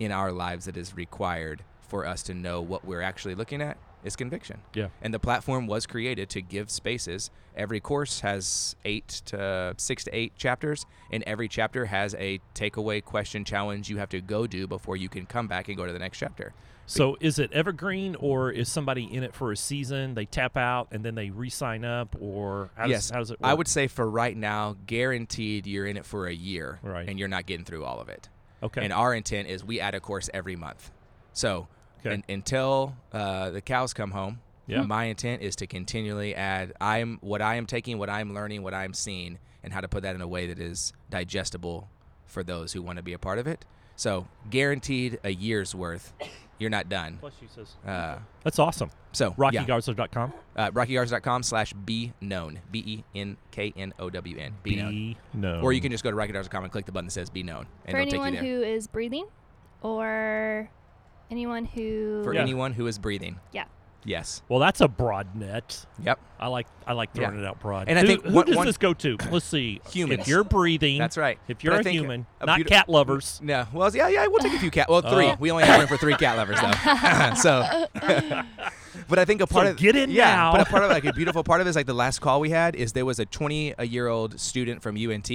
[SPEAKER 3] in our lives that is required for us to know what we're actually looking at is conviction.
[SPEAKER 2] Yeah.
[SPEAKER 3] And the platform was created to give spaces. Every course has eight to six to eight chapters, and every chapter has a takeaway question challenge you have to go do before you can come back and go to the next chapter.
[SPEAKER 2] So is it evergreen or is somebody in it for a season, they tap out and then they re-sign up or how does,
[SPEAKER 3] yes,
[SPEAKER 2] how does it work?
[SPEAKER 3] I would say for right now, guaranteed you're in it for a year,
[SPEAKER 2] Right.
[SPEAKER 3] and you're not getting through all of it.
[SPEAKER 2] Okay.
[SPEAKER 3] And our intent is we add a course every month. So
[SPEAKER 2] Okay.
[SPEAKER 3] un- until uh, the cows come home,
[SPEAKER 2] Yeah.
[SPEAKER 3] my intent is to continually add I'm what I am taking, what I'm learning, what I'm seeing, and how to put that in a way that is digestible for those who want to be a part of it. So guaranteed a year's worth. You're not done.
[SPEAKER 2] Bless you, sis.
[SPEAKER 3] Uh,
[SPEAKER 2] That's awesome.
[SPEAKER 3] so yeah.
[SPEAKER 2] RockyGarza.com.
[SPEAKER 3] uh, rockygarza.com slash be known. B E N K N O W N. Be known.
[SPEAKER 2] Be known.
[SPEAKER 3] Or you can just go to rockygarza.com and click the button that says be known, and
[SPEAKER 1] For
[SPEAKER 3] it'll take
[SPEAKER 1] anyone
[SPEAKER 3] you there.
[SPEAKER 1] who is breathing or anyone who
[SPEAKER 3] for
[SPEAKER 2] Yeah.
[SPEAKER 3] anyone who is breathing.
[SPEAKER 1] Yeah.
[SPEAKER 3] Yes.
[SPEAKER 2] Well, that's a broad net.
[SPEAKER 3] Yep.
[SPEAKER 2] I like I like
[SPEAKER 3] Yeah.
[SPEAKER 2] throwing it out broad.
[SPEAKER 3] And I
[SPEAKER 2] Who-
[SPEAKER 3] think
[SPEAKER 2] who
[SPEAKER 3] one-
[SPEAKER 2] does
[SPEAKER 3] one-
[SPEAKER 2] this go to? Let's see.
[SPEAKER 3] Humans.
[SPEAKER 2] If you're breathing,
[SPEAKER 3] That's right.
[SPEAKER 2] If
[SPEAKER 3] But
[SPEAKER 2] you're
[SPEAKER 3] I
[SPEAKER 2] a
[SPEAKER 3] think
[SPEAKER 2] human,
[SPEAKER 3] a
[SPEAKER 2] not
[SPEAKER 3] beauti-
[SPEAKER 2] cat lovers.
[SPEAKER 3] No. Well, yeah, yeah, we'll take a few cat. Well, three.
[SPEAKER 2] Oh.
[SPEAKER 3] We only have room for three cat lovers though. so, but I think a part
[SPEAKER 2] So
[SPEAKER 3] of
[SPEAKER 2] get in
[SPEAKER 3] yeah,
[SPEAKER 2] now.
[SPEAKER 3] But a part of like a beautiful part of it is like the last call we had is there was a 20 a year old student from UNT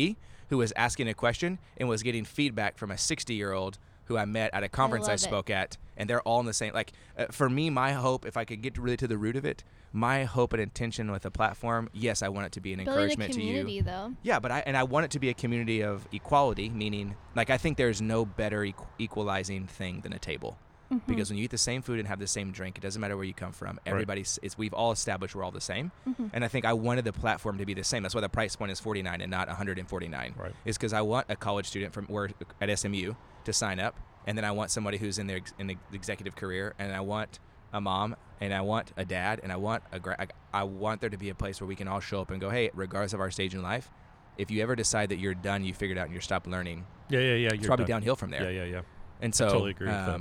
[SPEAKER 3] who was asking a question and was getting feedback from a 60 year old who I met at a conference I,
[SPEAKER 1] love it.
[SPEAKER 3] spoke at, and they're all in the same. Like uh, for me, my hope, if I could get really to the root of it, my hope and intention with the platform, yes, I want it to be an
[SPEAKER 1] building a
[SPEAKER 3] encouragement to you.
[SPEAKER 1] community though.
[SPEAKER 3] Yeah, but I and I want it to be a community of equality, meaning like I think there's no better equ- equalizing thing than a table. Because when you eat the same food and have the same drink, it doesn't matter where you come from. Everybody's it's we've all established we're all the same. And I think I wanted the platform to be the same. That's why the price point is 49 and not 149.
[SPEAKER 2] Right.
[SPEAKER 3] Is cuz I want a college student from where at SMU to sign up and then I want somebody who's in their ex- in the executive career and I want a mom and I want a dad and I want a gra- I- I want there to be a place where we can all show up and go, "Hey, regardless of our stage in life, if you ever decide that you're done, you figured out and you're stopped learning,
[SPEAKER 2] Yeah, yeah, yeah.
[SPEAKER 3] it's probably downhill from there.
[SPEAKER 2] Yeah, yeah, yeah.
[SPEAKER 3] And so, um,
[SPEAKER 2] totally agree with that.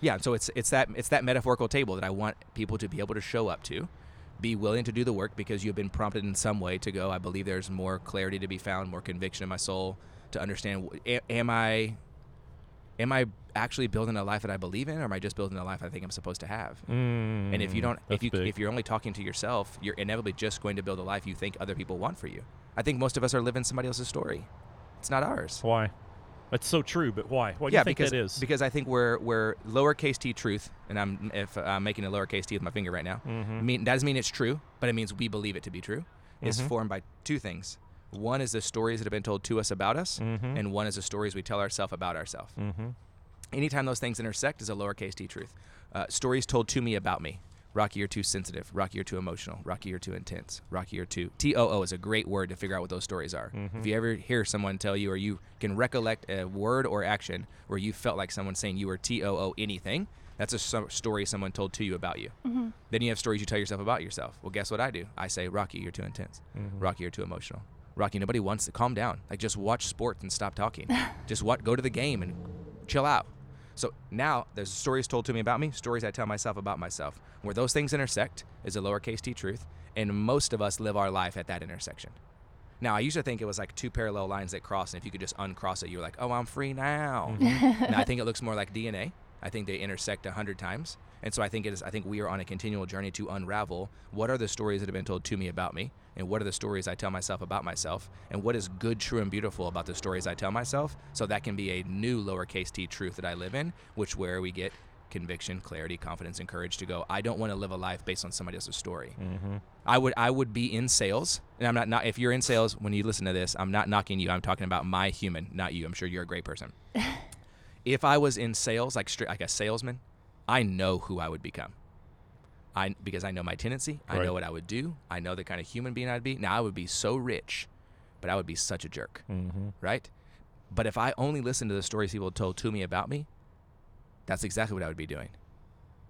[SPEAKER 3] yeah, so it's it's that it's that metaphorical table that I want people to be able to show up to, be willing to do the work because you've been prompted in some way to go. I believe there's more clarity to be found, more conviction in my soul to understand. wh- a- Am I am I actually building a life that I believe in, or am I just building a life I think I'm supposed to have? And
[SPEAKER 2] Mm-hmm.
[SPEAKER 3] if you don't, if you if you're only talking to yourself, you're inevitably just going to build a life you think other people want for you. I think most of us are living somebody else's story. It's not ours.
[SPEAKER 2] why, that's so true. But why? Why do you think
[SPEAKER 3] because
[SPEAKER 2] that is?
[SPEAKER 3] because I think we're we're lowercase t truth, and I'm if uh, I'm making a lowercase t with my finger right now.
[SPEAKER 2] Mhm.
[SPEAKER 3] Mean that doesn't mean it's true, but it means we believe it to be true. It's
[SPEAKER 2] Mhm.
[SPEAKER 3] formed by two things. One is the stories that have been told to us about us,
[SPEAKER 2] Mhm.
[SPEAKER 3] and one is the stories we tell ourselves about ourselves.
[SPEAKER 2] mm-hmm.
[SPEAKER 3] Anytime those things intersect is a lowercase t truth. Uh, stories told to me about me. Rocky, you're too sensitive. Rocky, you're too emotional. Rocky, you're too intense. Rocky, you're too. T O O is a great word to figure out what those stories are. If you ever hear someone tell you, or you can recollect a word or action where you felt like someone saying you were T O O anything, that's a so- story someone told to you about you. Then you have stories you tell yourself about yourself. Well, guess what I do? I say, Rocky, you're too intense. Rocky, you're too emotional. Rocky, nobody wants to calm down. Like, just watch sports and stop talking. just what? Go to the game and chill out. So now there's stories told to me about me, stories I tell myself about myself. Where those things intersect is a lowercase t truth, and most of us live our life at that intersection. Now I used to think it was like two parallel lines that cross, and if you could just uncross it, you were like, "Oh, I'm free now." now I think it looks more like DNA. I think they intersect a hundred times, and so I think it is. I think we are on a continual journey to unravel what are the stories that have been told to me about me, and what are the stories I tell myself about myself, and what is good, true, and beautiful about the stories I tell myself. So that can be a new lowercase t truth that I live in, which where we get conviction, clarity, confidence, and courage to go. I don't want to live a life based on somebody else's story. I would I would be in sales, and I'm not, not if you're in sales when you listen to this, I'm not knocking you. I'm talking about my human, not you. I'm sure you're a great person. if I was in sales, like stri- like a salesman, I know who I would become. I because I know my tendency. I
[SPEAKER 2] Right.
[SPEAKER 3] know what I would do. I know the kind of human being I'd be. Now I would be so rich, but I would be such a jerk,
[SPEAKER 2] Mm-hmm.
[SPEAKER 3] right? But if I only listened to the stories people told to me about me, that's exactly what I would be doing.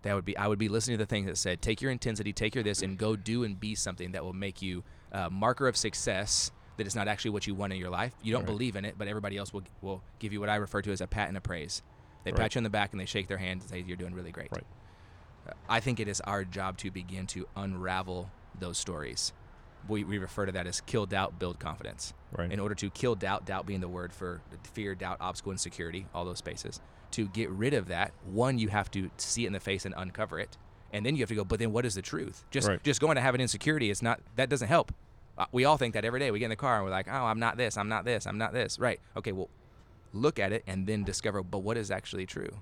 [SPEAKER 3] That would be I would be listening to the things that said, take your intensity, take your this, and go do and be something that will make you a marker of success. That is not actually what you want in your life. You don't
[SPEAKER 2] Right.
[SPEAKER 3] believe in it, but everybody else will will give you what I refer to as a pat and a praise. They
[SPEAKER 2] Right.
[SPEAKER 3] pat you on the back and they shake their hand and say you're doing really great.
[SPEAKER 2] Right.
[SPEAKER 3] Uh, I think it is our job to begin to unravel those stories. We, we refer to that as kill doubt, build confidence
[SPEAKER 2] Right.
[SPEAKER 3] in order to kill doubt, doubt being the word for fear, doubt, obstacle, insecurity, all those spaces. To get rid of that, one, you have to see it in the face and uncover it, and then you have to go. But then, what is the truth? Just
[SPEAKER 2] Right.
[SPEAKER 3] just going to have an insecurity is not that doesn't help. Uh, we all think that every day. We get in the car and we're like, oh, I'm not this, I'm not this, I'm not this. Right? Okay. Well, look at it and then discover. But what is actually true?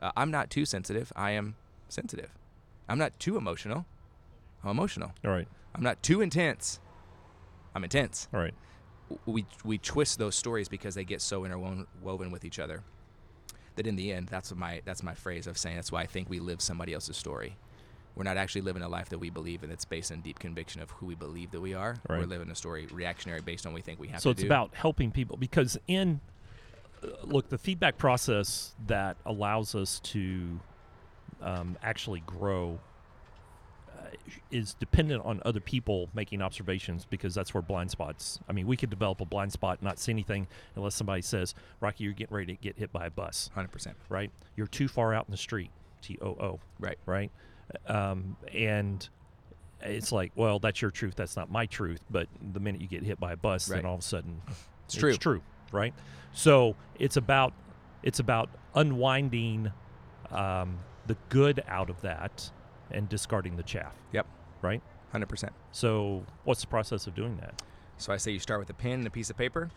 [SPEAKER 3] Uh, I'm not too sensitive. I am sensitive. I'm not too emotional. I'm emotional.
[SPEAKER 2] All right.
[SPEAKER 3] I'm not too intense. I'm intense
[SPEAKER 2] All right.
[SPEAKER 3] we we twist those stories because they get so interwoven woven with each other that in the end that's what my that's my phrase of saying that's why I think we live somebody else's story. We're not actually living a life that we believe in that's based on deep conviction of who we believe that we are. We're
[SPEAKER 2] Right.
[SPEAKER 3] living a story reactionary based on what we think we have
[SPEAKER 2] So
[SPEAKER 3] to
[SPEAKER 2] it's
[SPEAKER 3] do.
[SPEAKER 2] about helping people because in uh, look the feedback process that allows us to um, actually grow uh, is dependent on other people making observations because that's where blind spots. I mean, we could develop a blind spot, and not see anything unless somebody says, "Rocky, you're getting ready to get hit by a bus."
[SPEAKER 3] 100%.
[SPEAKER 2] Right? You're too far out in the street. T O O.
[SPEAKER 3] Right.
[SPEAKER 2] Right. Um, and it's like, well, that's your truth. That's not my truth. But the minute you get hit by a bus,
[SPEAKER 3] Right.
[SPEAKER 2] then all of a sudden,
[SPEAKER 3] It's true.
[SPEAKER 2] right? So it's about it's about unwinding um, the good out of that and discarding the chaff,
[SPEAKER 3] Yep.
[SPEAKER 2] right?
[SPEAKER 3] 100%.
[SPEAKER 2] So what's the process of doing that?
[SPEAKER 3] So I say you start with a pen and a piece of paper.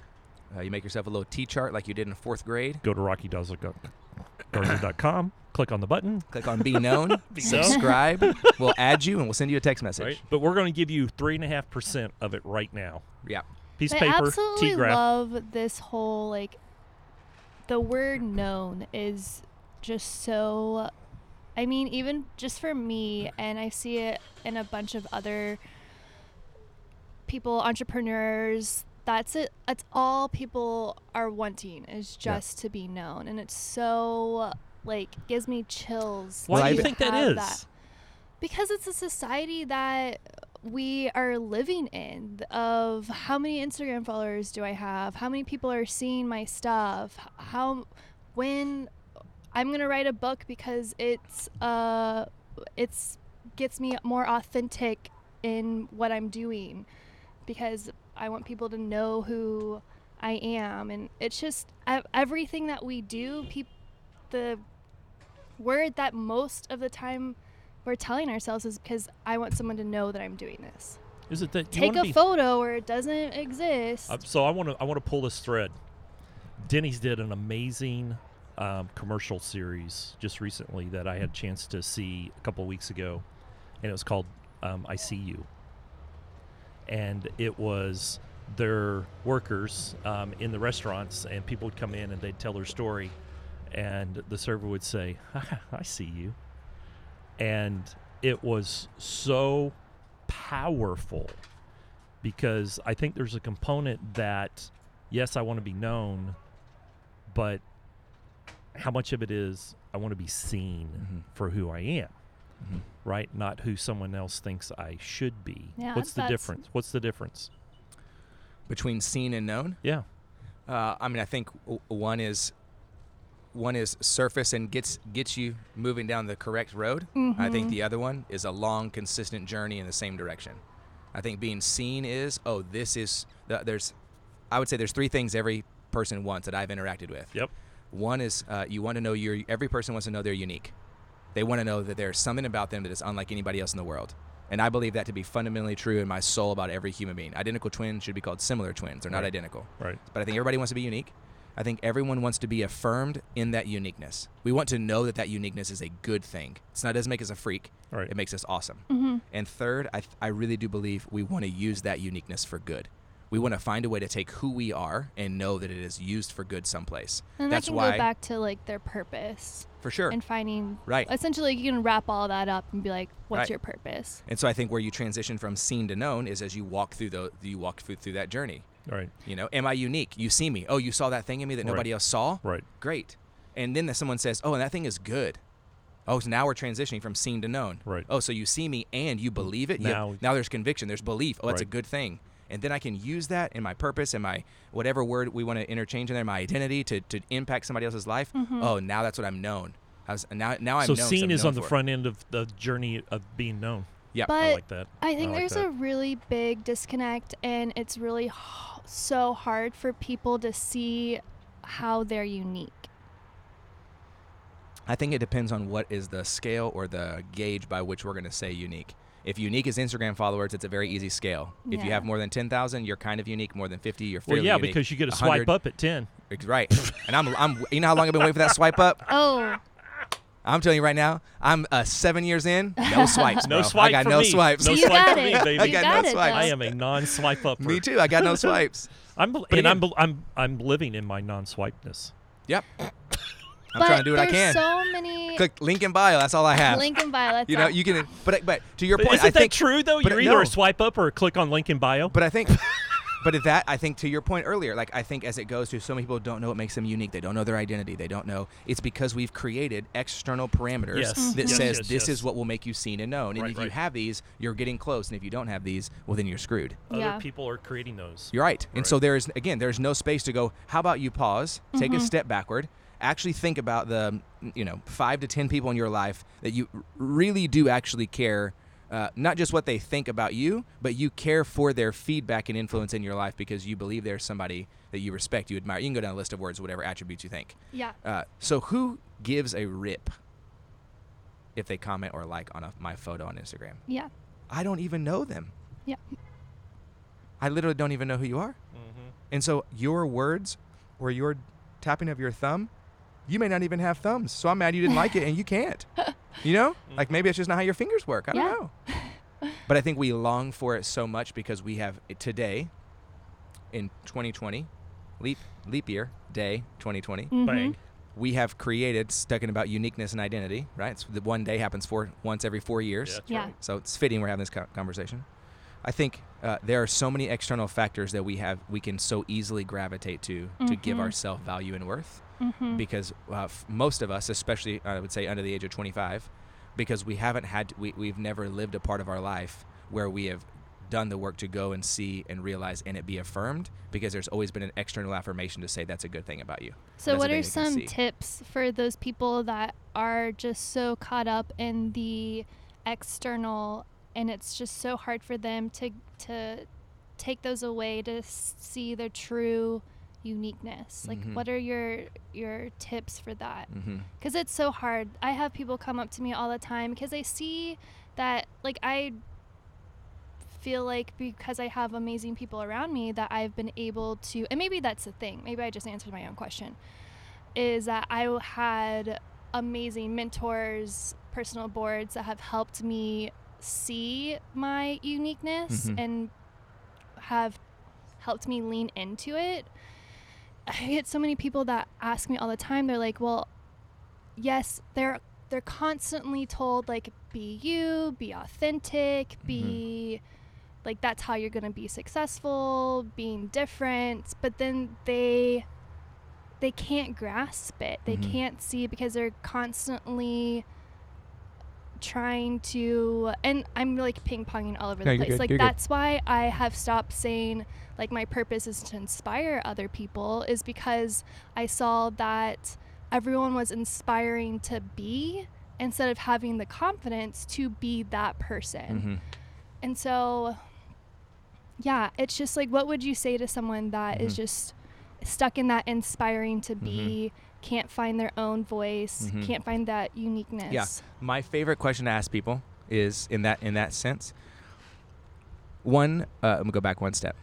[SPEAKER 3] Uh, you make yourself a little T chart like you did in 4th grade.
[SPEAKER 2] Go to rockydazzle.com, click on the button,
[SPEAKER 3] Click on be known,
[SPEAKER 2] known.
[SPEAKER 3] subscribe. we'll add you and we'll send you a text message.
[SPEAKER 2] right? But we're going to give you three and a half percent of it right now.
[SPEAKER 3] Yeah.
[SPEAKER 2] Piece of
[SPEAKER 1] I
[SPEAKER 2] paper,
[SPEAKER 1] absolutely
[SPEAKER 2] T graph.
[SPEAKER 1] love this whole like the word known is just so I mean even just for me and I see it in a bunch of other people entrepreneurs that's it that's all people are wanting is
[SPEAKER 2] Yeah.
[SPEAKER 1] just to be known and it's so like gives me chills
[SPEAKER 2] Why
[SPEAKER 3] Well,
[SPEAKER 1] to
[SPEAKER 2] do you
[SPEAKER 3] I-
[SPEAKER 2] think that
[SPEAKER 1] have
[SPEAKER 2] is?
[SPEAKER 1] that because it's a society that we are living in of how many instagram followers do i have how many people are seeing my stuff h- how when i'm going to write a book because it's uh it's gets me more authentic in what i'm doing because i want people to know who i am and it's just e- everything that we do people the word that most of the time we're telling ourselves is because I want someone to know that I'm doing this.
[SPEAKER 2] Is it that you
[SPEAKER 1] Take
[SPEAKER 2] wanna
[SPEAKER 1] a
[SPEAKER 2] be,
[SPEAKER 1] photo where it doesn't exist.
[SPEAKER 2] Uh, so I want to I want to pull this thread. Denny's did an amazing um, commercial series just recently that I had a chance to see a couple weeks ago, and it was called um, "I See You," and it was their workers um, in the restaurants, and people would come in and they'd tell their story, and the server would say, "I see you," and it was so powerful because I think there's a component that, yes, I want to be known, but how much of it is I want to be seen
[SPEAKER 3] Mhm.
[SPEAKER 2] for who I am,
[SPEAKER 3] Mhm.
[SPEAKER 2] right? Not who someone else thinks I should be.
[SPEAKER 1] Yeah,
[SPEAKER 2] What's the
[SPEAKER 1] that's-
[SPEAKER 2] difference? What's the difference?
[SPEAKER 3] Between seen and known,
[SPEAKER 2] Yeah.
[SPEAKER 3] uh, I mean, I think w- one is one is surface and gets gets you moving down the correct road. I think the other one is a long, consistent journey in the same direction. I think being seen is oh, this is th- there's, I would say there's three things every person wants that I've interacted with.
[SPEAKER 2] Yep.
[SPEAKER 3] One is uh, you want to know your every person wants to know they're unique. They want to know that there's something about them that is unlike anybody else in the world. And I believe that to be fundamentally true in my soul about every human being. Identical twins should be called similar twins. They're not
[SPEAKER 2] Right.
[SPEAKER 3] identical.
[SPEAKER 2] Right.
[SPEAKER 3] But I think everybody wants to be unique. I think everyone wants to be affirmed in that uniqueness. We want to know that that uniqueness is a good thing. It's not it doesn't make us a freak.
[SPEAKER 2] Right.
[SPEAKER 3] It makes us awesome.
[SPEAKER 1] hmm
[SPEAKER 3] And third, I, I really do believe we want to use that uniqueness for good. We want to find a way to take who we are and know that it is used for good someplace.
[SPEAKER 1] And that
[SPEAKER 3] That's
[SPEAKER 1] can
[SPEAKER 3] why,
[SPEAKER 1] go back to like their purpose
[SPEAKER 3] for sure.
[SPEAKER 1] and finding.
[SPEAKER 3] Right.
[SPEAKER 1] Essentially, you can wrap all that up and be like, "What's
[SPEAKER 3] Right.
[SPEAKER 1] your purpose?"
[SPEAKER 3] And so I think where you transition from seen to known is as you walk through the you walk through, through that journey.
[SPEAKER 2] Right.
[SPEAKER 3] You know, am I unique? You see me. Oh, you saw that thing in me that
[SPEAKER 2] Right.
[SPEAKER 3] nobody else saw.
[SPEAKER 2] Right.
[SPEAKER 3] Great. And then that someone says, "Oh, and that thing is good." Oh, so now we're transitioning from seen to known.
[SPEAKER 2] Right.
[SPEAKER 3] Oh, so you see me and you believe it. You-
[SPEAKER 2] Now-
[SPEAKER 3] now there's conviction. There's belief. Oh, that's a
[SPEAKER 2] Right.
[SPEAKER 3] good thing. And then I can use that in my purpose and my whatever word we want to interchange in there, my identity to, to impact somebody else's life. Oh, now that's what I'm known. I was, now now I'm
[SPEAKER 2] so
[SPEAKER 3] known 'cause
[SPEAKER 2] seen
[SPEAKER 3] I'm
[SPEAKER 2] is
[SPEAKER 3] known
[SPEAKER 2] on the
[SPEAKER 3] for it.
[SPEAKER 2] front end of the journey of being known.
[SPEAKER 3] Yeah.
[SPEAKER 1] But
[SPEAKER 2] I like that.
[SPEAKER 1] I think
[SPEAKER 2] like
[SPEAKER 1] there's
[SPEAKER 2] that.
[SPEAKER 1] a really big disconnect, and it's really h- so hard for people to see how they're unique.
[SPEAKER 3] I think it depends on what is the scale or the gauge by which we're going to say unique. If unique is Instagram followers, it's a very easy scale. If you
[SPEAKER 1] Yeah.
[SPEAKER 3] have more than 10,000, you're kind of unique. More than 50, you're
[SPEAKER 2] Well,
[SPEAKER 3] fairly
[SPEAKER 2] yeah,
[SPEAKER 3] unique.
[SPEAKER 2] because you get a
[SPEAKER 3] 100
[SPEAKER 2] swipe up at 10.
[SPEAKER 3] Ex- Right. and I'm, I'm, you know how long I've been waiting for that swipe up?
[SPEAKER 1] Oh,
[SPEAKER 3] I'm telling you right now, I'm uh, seven years in, no swipes.
[SPEAKER 2] No
[SPEAKER 3] bro.
[SPEAKER 2] swipe
[SPEAKER 3] I got
[SPEAKER 2] for
[SPEAKER 3] no
[SPEAKER 2] me.
[SPEAKER 3] swipes.
[SPEAKER 2] No
[SPEAKER 1] you
[SPEAKER 2] swipe
[SPEAKER 1] got
[SPEAKER 2] for me,
[SPEAKER 1] it.
[SPEAKER 2] baby.
[SPEAKER 1] You
[SPEAKER 2] I
[SPEAKER 1] got,
[SPEAKER 3] got no
[SPEAKER 1] it.
[SPEAKER 3] swipes.
[SPEAKER 1] though.
[SPEAKER 2] I am a non swipe up.
[SPEAKER 3] Me too. I got no swipes.
[SPEAKER 2] I'm, bel-
[SPEAKER 3] But
[SPEAKER 2] and I'm,
[SPEAKER 3] again-
[SPEAKER 2] bel- I'm, I'm living in my non swipeness.
[SPEAKER 3] Yep. I'm
[SPEAKER 1] but
[SPEAKER 3] trying to do what I
[SPEAKER 1] there's
[SPEAKER 3] can.
[SPEAKER 1] so many
[SPEAKER 3] Click link in bio. That's all I have.
[SPEAKER 1] Lincoln Violets.
[SPEAKER 3] you know, you can. But but to your
[SPEAKER 2] But
[SPEAKER 3] point,
[SPEAKER 2] isn't
[SPEAKER 3] I think
[SPEAKER 2] that true though?
[SPEAKER 3] but
[SPEAKER 2] You're
[SPEAKER 3] it-
[SPEAKER 2] either
[SPEAKER 3] no.
[SPEAKER 2] a swipe up or a click on link in bio.
[SPEAKER 3] But I think, but at that, I think to your point earlier, like I think as it goes to, so many people don't know what makes them unique. They don't know their identity. They don't know. It's because we've created external parameters
[SPEAKER 2] Yes.
[SPEAKER 3] that
[SPEAKER 2] Yes,
[SPEAKER 3] says
[SPEAKER 2] yes,
[SPEAKER 3] this
[SPEAKER 2] yes.
[SPEAKER 3] is what will make you seen and known. And
[SPEAKER 2] Right,
[SPEAKER 3] if you
[SPEAKER 2] right.
[SPEAKER 3] have these, you're getting close. And if you don't have these, well, then you're screwed.
[SPEAKER 1] Yeah.
[SPEAKER 2] Other people are creating those.
[SPEAKER 3] You're right. And so there is again, there's no space to go. How about you pause, take a step backward, actually think about the mm, you know five to ten people in your life that you r- really do actually care. Uh, not just what they think about you, but you care for their feedback and influence in your life because you believe there's somebody that you respect, you admire. You can go down a list of words, whatever attributes you think.
[SPEAKER 1] yeah.
[SPEAKER 3] Uh, so, who gives a rip if they comment or like on a, my photo on Instagram?
[SPEAKER 1] Yeah.
[SPEAKER 3] I don't even know them.
[SPEAKER 1] Yeah.
[SPEAKER 3] I literally don't even know who you are.
[SPEAKER 2] Mm-hmm.
[SPEAKER 3] And so your words or your tapping of your thumb, you may not even have thumbs. So I'm mad you didn't like it and you can't. You know? Like maybe it's just not how your fingers work. I
[SPEAKER 1] Yeah.
[SPEAKER 3] don't know. But I think we long for it so much because we have eh, today in 2020, leap leap year day 2020,
[SPEAKER 1] Mhm.
[SPEAKER 2] Bang.
[SPEAKER 3] we have created talking about uniqueness and identity, right? It's the one day happens for once every 4 years.
[SPEAKER 2] that's
[SPEAKER 1] Yeah.
[SPEAKER 2] right.
[SPEAKER 3] So it's fitting we're having this co- conversation. I think uh, there are so many external factors that we have we can so easily gravitate to to give
[SPEAKER 1] Mhm.
[SPEAKER 3] ourselves value and worth
[SPEAKER 1] Mhm.
[SPEAKER 3] because uh, f- most of us, especially I would say under the age of 25, because we haven't had we, we've never lived a part of our life where we have done the work to go and see and realize and it be affirmed because there's always been an external affirmation to say that's a good thing about you.
[SPEAKER 1] So,
[SPEAKER 3] That's
[SPEAKER 1] what
[SPEAKER 3] the
[SPEAKER 1] are
[SPEAKER 3] thing you can
[SPEAKER 1] some
[SPEAKER 3] see.
[SPEAKER 1] tips for those people that are just so caught up in the external, and it's just so hard for them to to take those away to s- see their true uniqueness? Like,
[SPEAKER 3] Mhm.
[SPEAKER 1] what are your your tips for that?
[SPEAKER 3] Mm-hmm.
[SPEAKER 1] because it's so hard. I have people come up to me all the time because they see that, like, I feel like because I have amazing people around me that I've been able to, and maybe that's the thing. Maybe I just answered my own question. Is that I had amazing mentors, personal boards that have helped me see my uniqueness
[SPEAKER 3] Mhm.
[SPEAKER 1] and have helped me lean into it. I get so many people that ask me all the time. They're like, "Well, yes, they're they're constantly told like be you, be authentic, be
[SPEAKER 3] Mm-hmm.
[SPEAKER 1] like that's how you're going to be successful, being different." But then they they can't grasp it. They
[SPEAKER 3] Mhm.
[SPEAKER 1] can't see because they're constantly trying to and I'm like ping-ponging all over the
[SPEAKER 3] No, you're
[SPEAKER 1] place.
[SPEAKER 3] good,
[SPEAKER 1] Like
[SPEAKER 3] you're good.
[SPEAKER 1] that's why I have stopped saying like my purpose is to inspire other people is because I saw that everyone was inspiring to be instead of having the confidence to be that person.
[SPEAKER 3] Mm-hmm.
[SPEAKER 1] And so, yeah, it's just like, what would you say to someone that is
[SPEAKER 3] Mhm.
[SPEAKER 1] just stuck in that inspiring to be,
[SPEAKER 3] Mm-hmm.
[SPEAKER 1] can't find their own voice,
[SPEAKER 3] Mhm.
[SPEAKER 1] can't find that uniqueness?
[SPEAKER 3] Yeah. My favorite question to ask people is in that in that sense. One, uh, I'm gonna go back one step.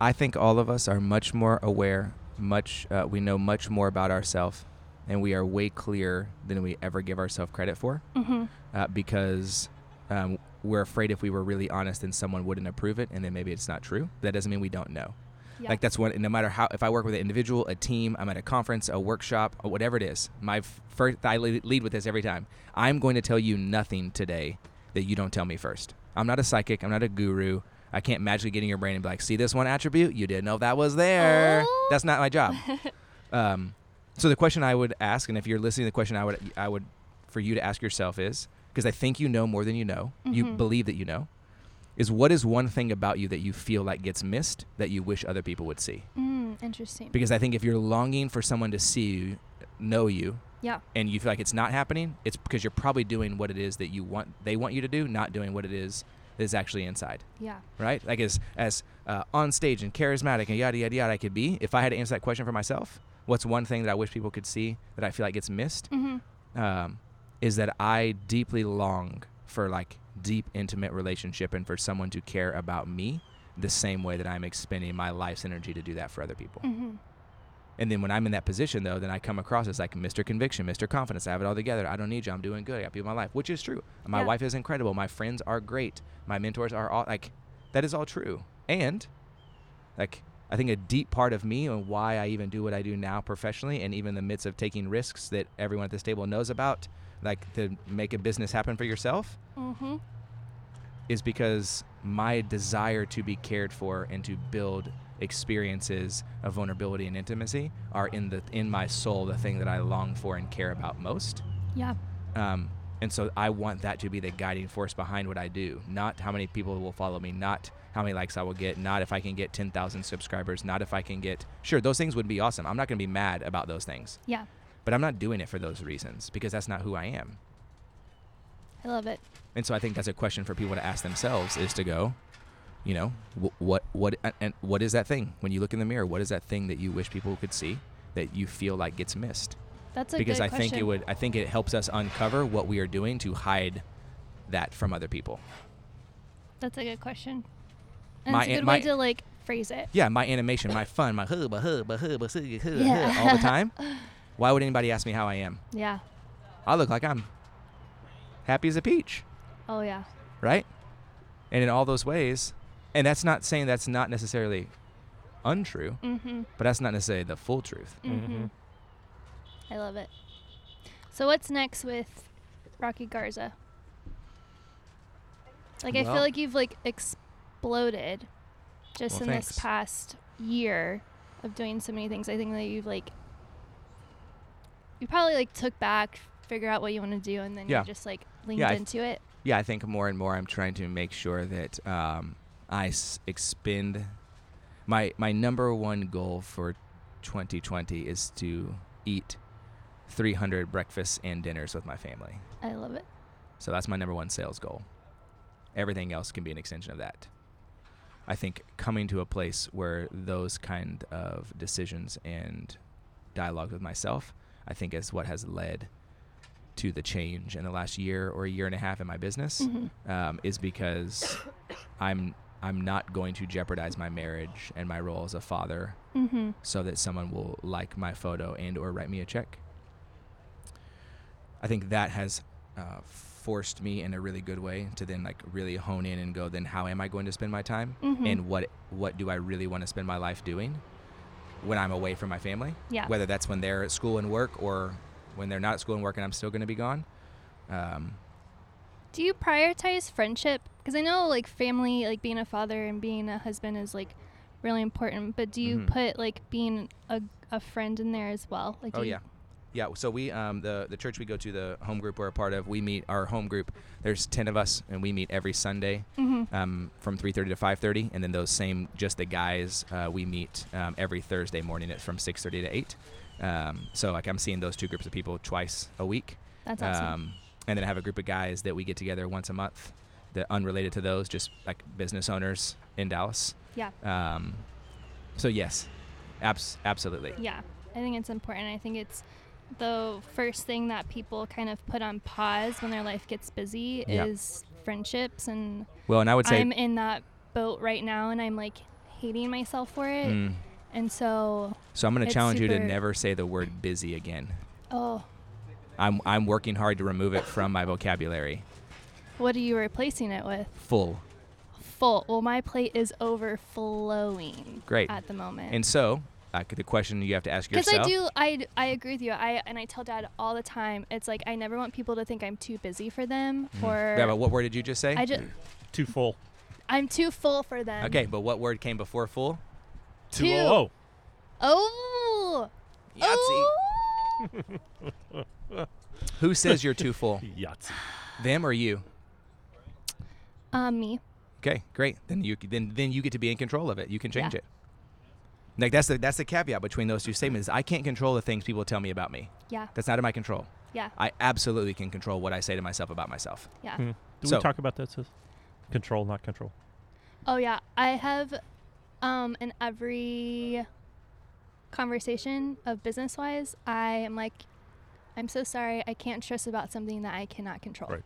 [SPEAKER 3] I think all of us are much more aware, much uh, we know much more about ourselves, and we are way clearer than we ever give ourselves credit for,
[SPEAKER 1] hmm
[SPEAKER 3] uh, because um, we're afraid if we were really honest, then someone wouldn't approve it, and then maybe it's not true. That doesn't mean we don't know.
[SPEAKER 1] yeah.
[SPEAKER 3] Like that's one. No matter how, if I work with an individual, a team, I'm at a conference, a workshop, or whatever it is, my first I lead lead with this every time. I'm going to tell you nothing today that you don't tell me first. I'm not a psychic. I'm not a guru. I can't magically get in your brain and be like, see this one attribute you didn't know that was there.
[SPEAKER 1] Oh.
[SPEAKER 3] That's not my job. um, so the question I would ask, and if you're listening, the question I would I would for you to ask yourself is because I think you know more than you know. You
[SPEAKER 1] Mhm.
[SPEAKER 3] believe that you know. Is what is one thing about you that you feel like gets missed that you wish other people would see?
[SPEAKER 1] Mm, interesting.
[SPEAKER 3] Because I think if you're longing for someone to see you, know you,
[SPEAKER 1] yeah.
[SPEAKER 3] and you feel like it's not happening, it's because you're probably doing what it is that you want they want you to do, not doing what it is that is actually inside.
[SPEAKER 1] Yeah.
[SPEAKER 3] Right? Like as as uh, on stage and charismatic and yada yada yada I could be. If I had to answer that question for myself, what's one thing that I wish people could see that I feel like gets missed?
[SPEAKER 1] Mm-hmm.
[SPEAKER 3] um, is that I deeply long for like deep intimate relationship and for someone to care about me the same way that I'm expending my life's energy to do that for other people.
[SPEAKER 1] Mm-hmm.
[SPEAKER 3] And then when I'm in that position though, then I come across as like Mr. Conviction, Mr. Confidence. I have it all together. I don't need you. I'm doing good. I got people in my life, which is true. My
[SPEAKER 1] Yeah.
[SPEAKER 3] wife is incredible. My friends are great. My mentors are all like that is all true. And like I think a deep part of me and why I even do what I do now professionally and even in the midst of taking risks that everyone at this table knows about, like to make a business happen for yourself
[SPEAKER 1] Mm-hmm.
[SPEAKER 3] is because my desire to be cared for and to build experiences of vulnerability and intimacy are in the in my soul the thing that I long for and care about most.
[SPEAKER 1] Yeah.
[SPEAKER 3] Um, and so I want that to be the guiding force behind what I do, not how many people will follow me, not how many likes I will get, not if I can get 10,000 subscribers, not if I can get Sure, those things would be awesome. I'm not going to be mad about those things,
[SPEAKER 1] Yeah.
[SPEAKER 3] but I'm not doing it for those reasons because that's not who I am.
[SPEAKER 1] I love it.
[SPEAKER 3] And so I think that's a question for people to ask themselves is to go, you know, wh- what what and- and what is that thing when you look in the mirror? What is that thing that you wish people could see that you feel like gets missed?
[SPEAKER 1] That's a
[SPEAKER 3] because
[SPEAKER 1] good
[SPEAKER 3] I
[SPEAKER 1] question.
[SPEAKER 3] think it would I think it helps us uncover what we are doing to hide that from other people.
[SPEAKER 1] That's a good question. And
[SPEAKER 3] My
[SPEAKER 1] it's a
[SPEAKER 3] aunt-
[SPEAKER 1] good
[SPEAKER 3] my-
[SPEAKER 1] way to like phrase it.
[SPEAKER 3] Yeah, my animation, my fun, my hubba hubba hubba hubba
[SPEAKER 1] Yeah.
[SPEAKER 3] all the time. Why would anybody ask me how I am?
[SPEAKER 1] Yeah.
[SPEAKER 3] I look like I'm happy as a peach.
[SPEAKER 1] Oh yeah.
[SPEAKER 3] right? And in all those ways, and that's not saying that's not necessarily untrue,
[SPEAKER 1] Mm-hmm.
[SPEAKER 3] but that's not necessarily the full truth.
[SPEAKER 1] Mm-hmm.
[SPEAKER 2] Mhm.
[SPEAKER 1] I love it. So what's next with Rocky Garza? Like I
[SPEAKER 3] Well-
[SPEAKER 1] feel like you've like exploded just
[SPEAKER 3] Well,
[SPEAKER 1] in this
[SPEAKER 3] thanks.
[SPEAKER 1] past year of doing so many things. I think that you've like you probably like took back, figure out what you want to do, and then
[SPEAKER 3] Yeah.
[SPEAKER 1] you just like leaned
[SPEAKER 3] I-
[SPEAKER 1] into it.
[SPEAKER 3] Yeah, I think more and more I'm trying to make sure that um, I s- expend my my number one goal for 2020 is to eat 300 breakfasts and dinners with my family.
[SPEAKER 1] I love it.
[SPEAKER 3] So that's my number one sales goal. Everything else can be an extension of that. I think coming to a place where those kind of decisions and dialogue with myself, I think is what has led to the change in the last year or a year and a half in my business
[SPEAKER 1] Mm-hmm.
[SPEAKER 3] um, is because I'm I'm not going to jeopardize my marriage and my role as a father
[SPEAKER 1] Mm-hmm.
[SPEAKER 3] so that someone will like my photo and or write me a check. I think that has uh, forced me in a really good way to then like really hone in and go then how am I going to spend my time
[SPEAKER 1] Mhm.
[SPEAKER 3] and what what do I really want to spend my life doing when I'm away from my family?
[SPEAKER 1] Yeah.
[SPEAKER 3] Whether that's when they're at school and work or when they're not at school and work and I'm still going to be gone. Um,
[SPEAKER 1] Do you prioritize friendship? Because I know like family, like being a father and being a husband is like really important. But do you
[SPEAKER 3] Mhm.
[SPEAKER 1] put like being a, a friend in there as well? Like, do
[SPEAKER 3] Oh
[SPEAKER 1] you-
[SPEAKER 3] yeah, yeah. So we um, the the church we go to, the home group we're a part of, we meet our home group. There's ten of us, and we meet every Sunday
[SPEAKER 1] Mhm.
[SPEAKER 3] um, from three thirty to five thirty, and then those same just the guys uh, we meet um, every Thursday morning at from six thirty to eight. Um, so like I'm seeing those two groups of people twice a week,
[SPEAKER 1] that's awesome.
[SPEAKER 3] um, and then I have a group of guys that we get together once a month. That unrelated to those, just like business owners in Dallas.
[SPEAKER 1] yeah,
[SPEAKER 3] Um, so yes, abs- absolutely.
[SPEAKER 1] yeah. I think it's important. I think it's the first thing that people kind of put on pause when their life gets busy
[SPEAKER 3] Yeah.
[SPEAKER 1] is friendships and
[SPEAKER 3] Well, and I would say
[SPEAKER 1] I'm in that boat right now and I'm like hating myself for it.
[SPEAKER 3] Mm.
[SPEAKER 1] And so,
[SPEAKER 3] So I'm going to
[SPEAKER 1] It's
[SPEAKER 3] challenge you to
[SPEAKER 1] super-
[SPEAKER 3] never say the word busy again.
[SPEAKER 1] oh,
[SPEAKER 3] I'm I'm working hard to remove it from my vocabulary.
[SPEAKER 1] what are you replacing it with?
[SPEAKER 3] Full.
[SPEAKER 1] Full. Well, my plate is overflowing.
[SPEAKER 3] Great.
[SPEAKER 1] At the moment.
[SPEAKER 3] And so, like the question you have to ask
[SPEAKER 1] because I
[SPEAKER 3] yourself.
[SPEAKER 1] do, I, I agree with you. I and I tell Dad all the time. It's like I never want people to think I'm too busy for them,
[SPEAKER 3] Mm-hmm.
[SPEAKER 1] or
[SPEAKER 3] Yeah, but what word did you just say?
[SPEAKER 1] I just
[SPEAKER 2] Too full.
[SPEAKER 1] I'm too full for them.
[SPEAKER 3] okay, but what word came before full?
[SPEAKER 2] Too
[SPEAKER 1] Two.
[SPEAKER 2] low.
[SPEAKER 1] Oh.
[SPEAKER 3] Yahtzee.
[SPEAKER 1] Oh.
[SPEAKER 3] Who says you're too full?
[SPEAKER 2] Yahtzee.
[SPEAKER 3] Them or you?
[SPEAKER 1] Um, me.
[SPEAKER 3] Okay, great. Then you then then you get to be in control of it. You can change
[SPEAKER 1] Yeah.
[SPEAKER 3] it. Like that's the that's the caveat between those two statements. I can't control the things people tell me about me.
[SPEAKER 1] Yeah.
[SPEAKER 3] That's out of my control.
[SPEAKER 1] Yeah.
[SPEAKER 3] I absolutely can control what I say to myself about myself.
[SPEAKER 1] Yeah.
[SPEAKER 2] Hmm. Did
[SPEAKER 3] So-
[SPEAKER 2] we talk about that? Sis? Control, not control.
[SPEAKER 1] Oh yeah, I have um in every conversation of business wise, I am like I'm so sorry, I can't stress about something that I cannot control.
[SPEAKER 2] Right.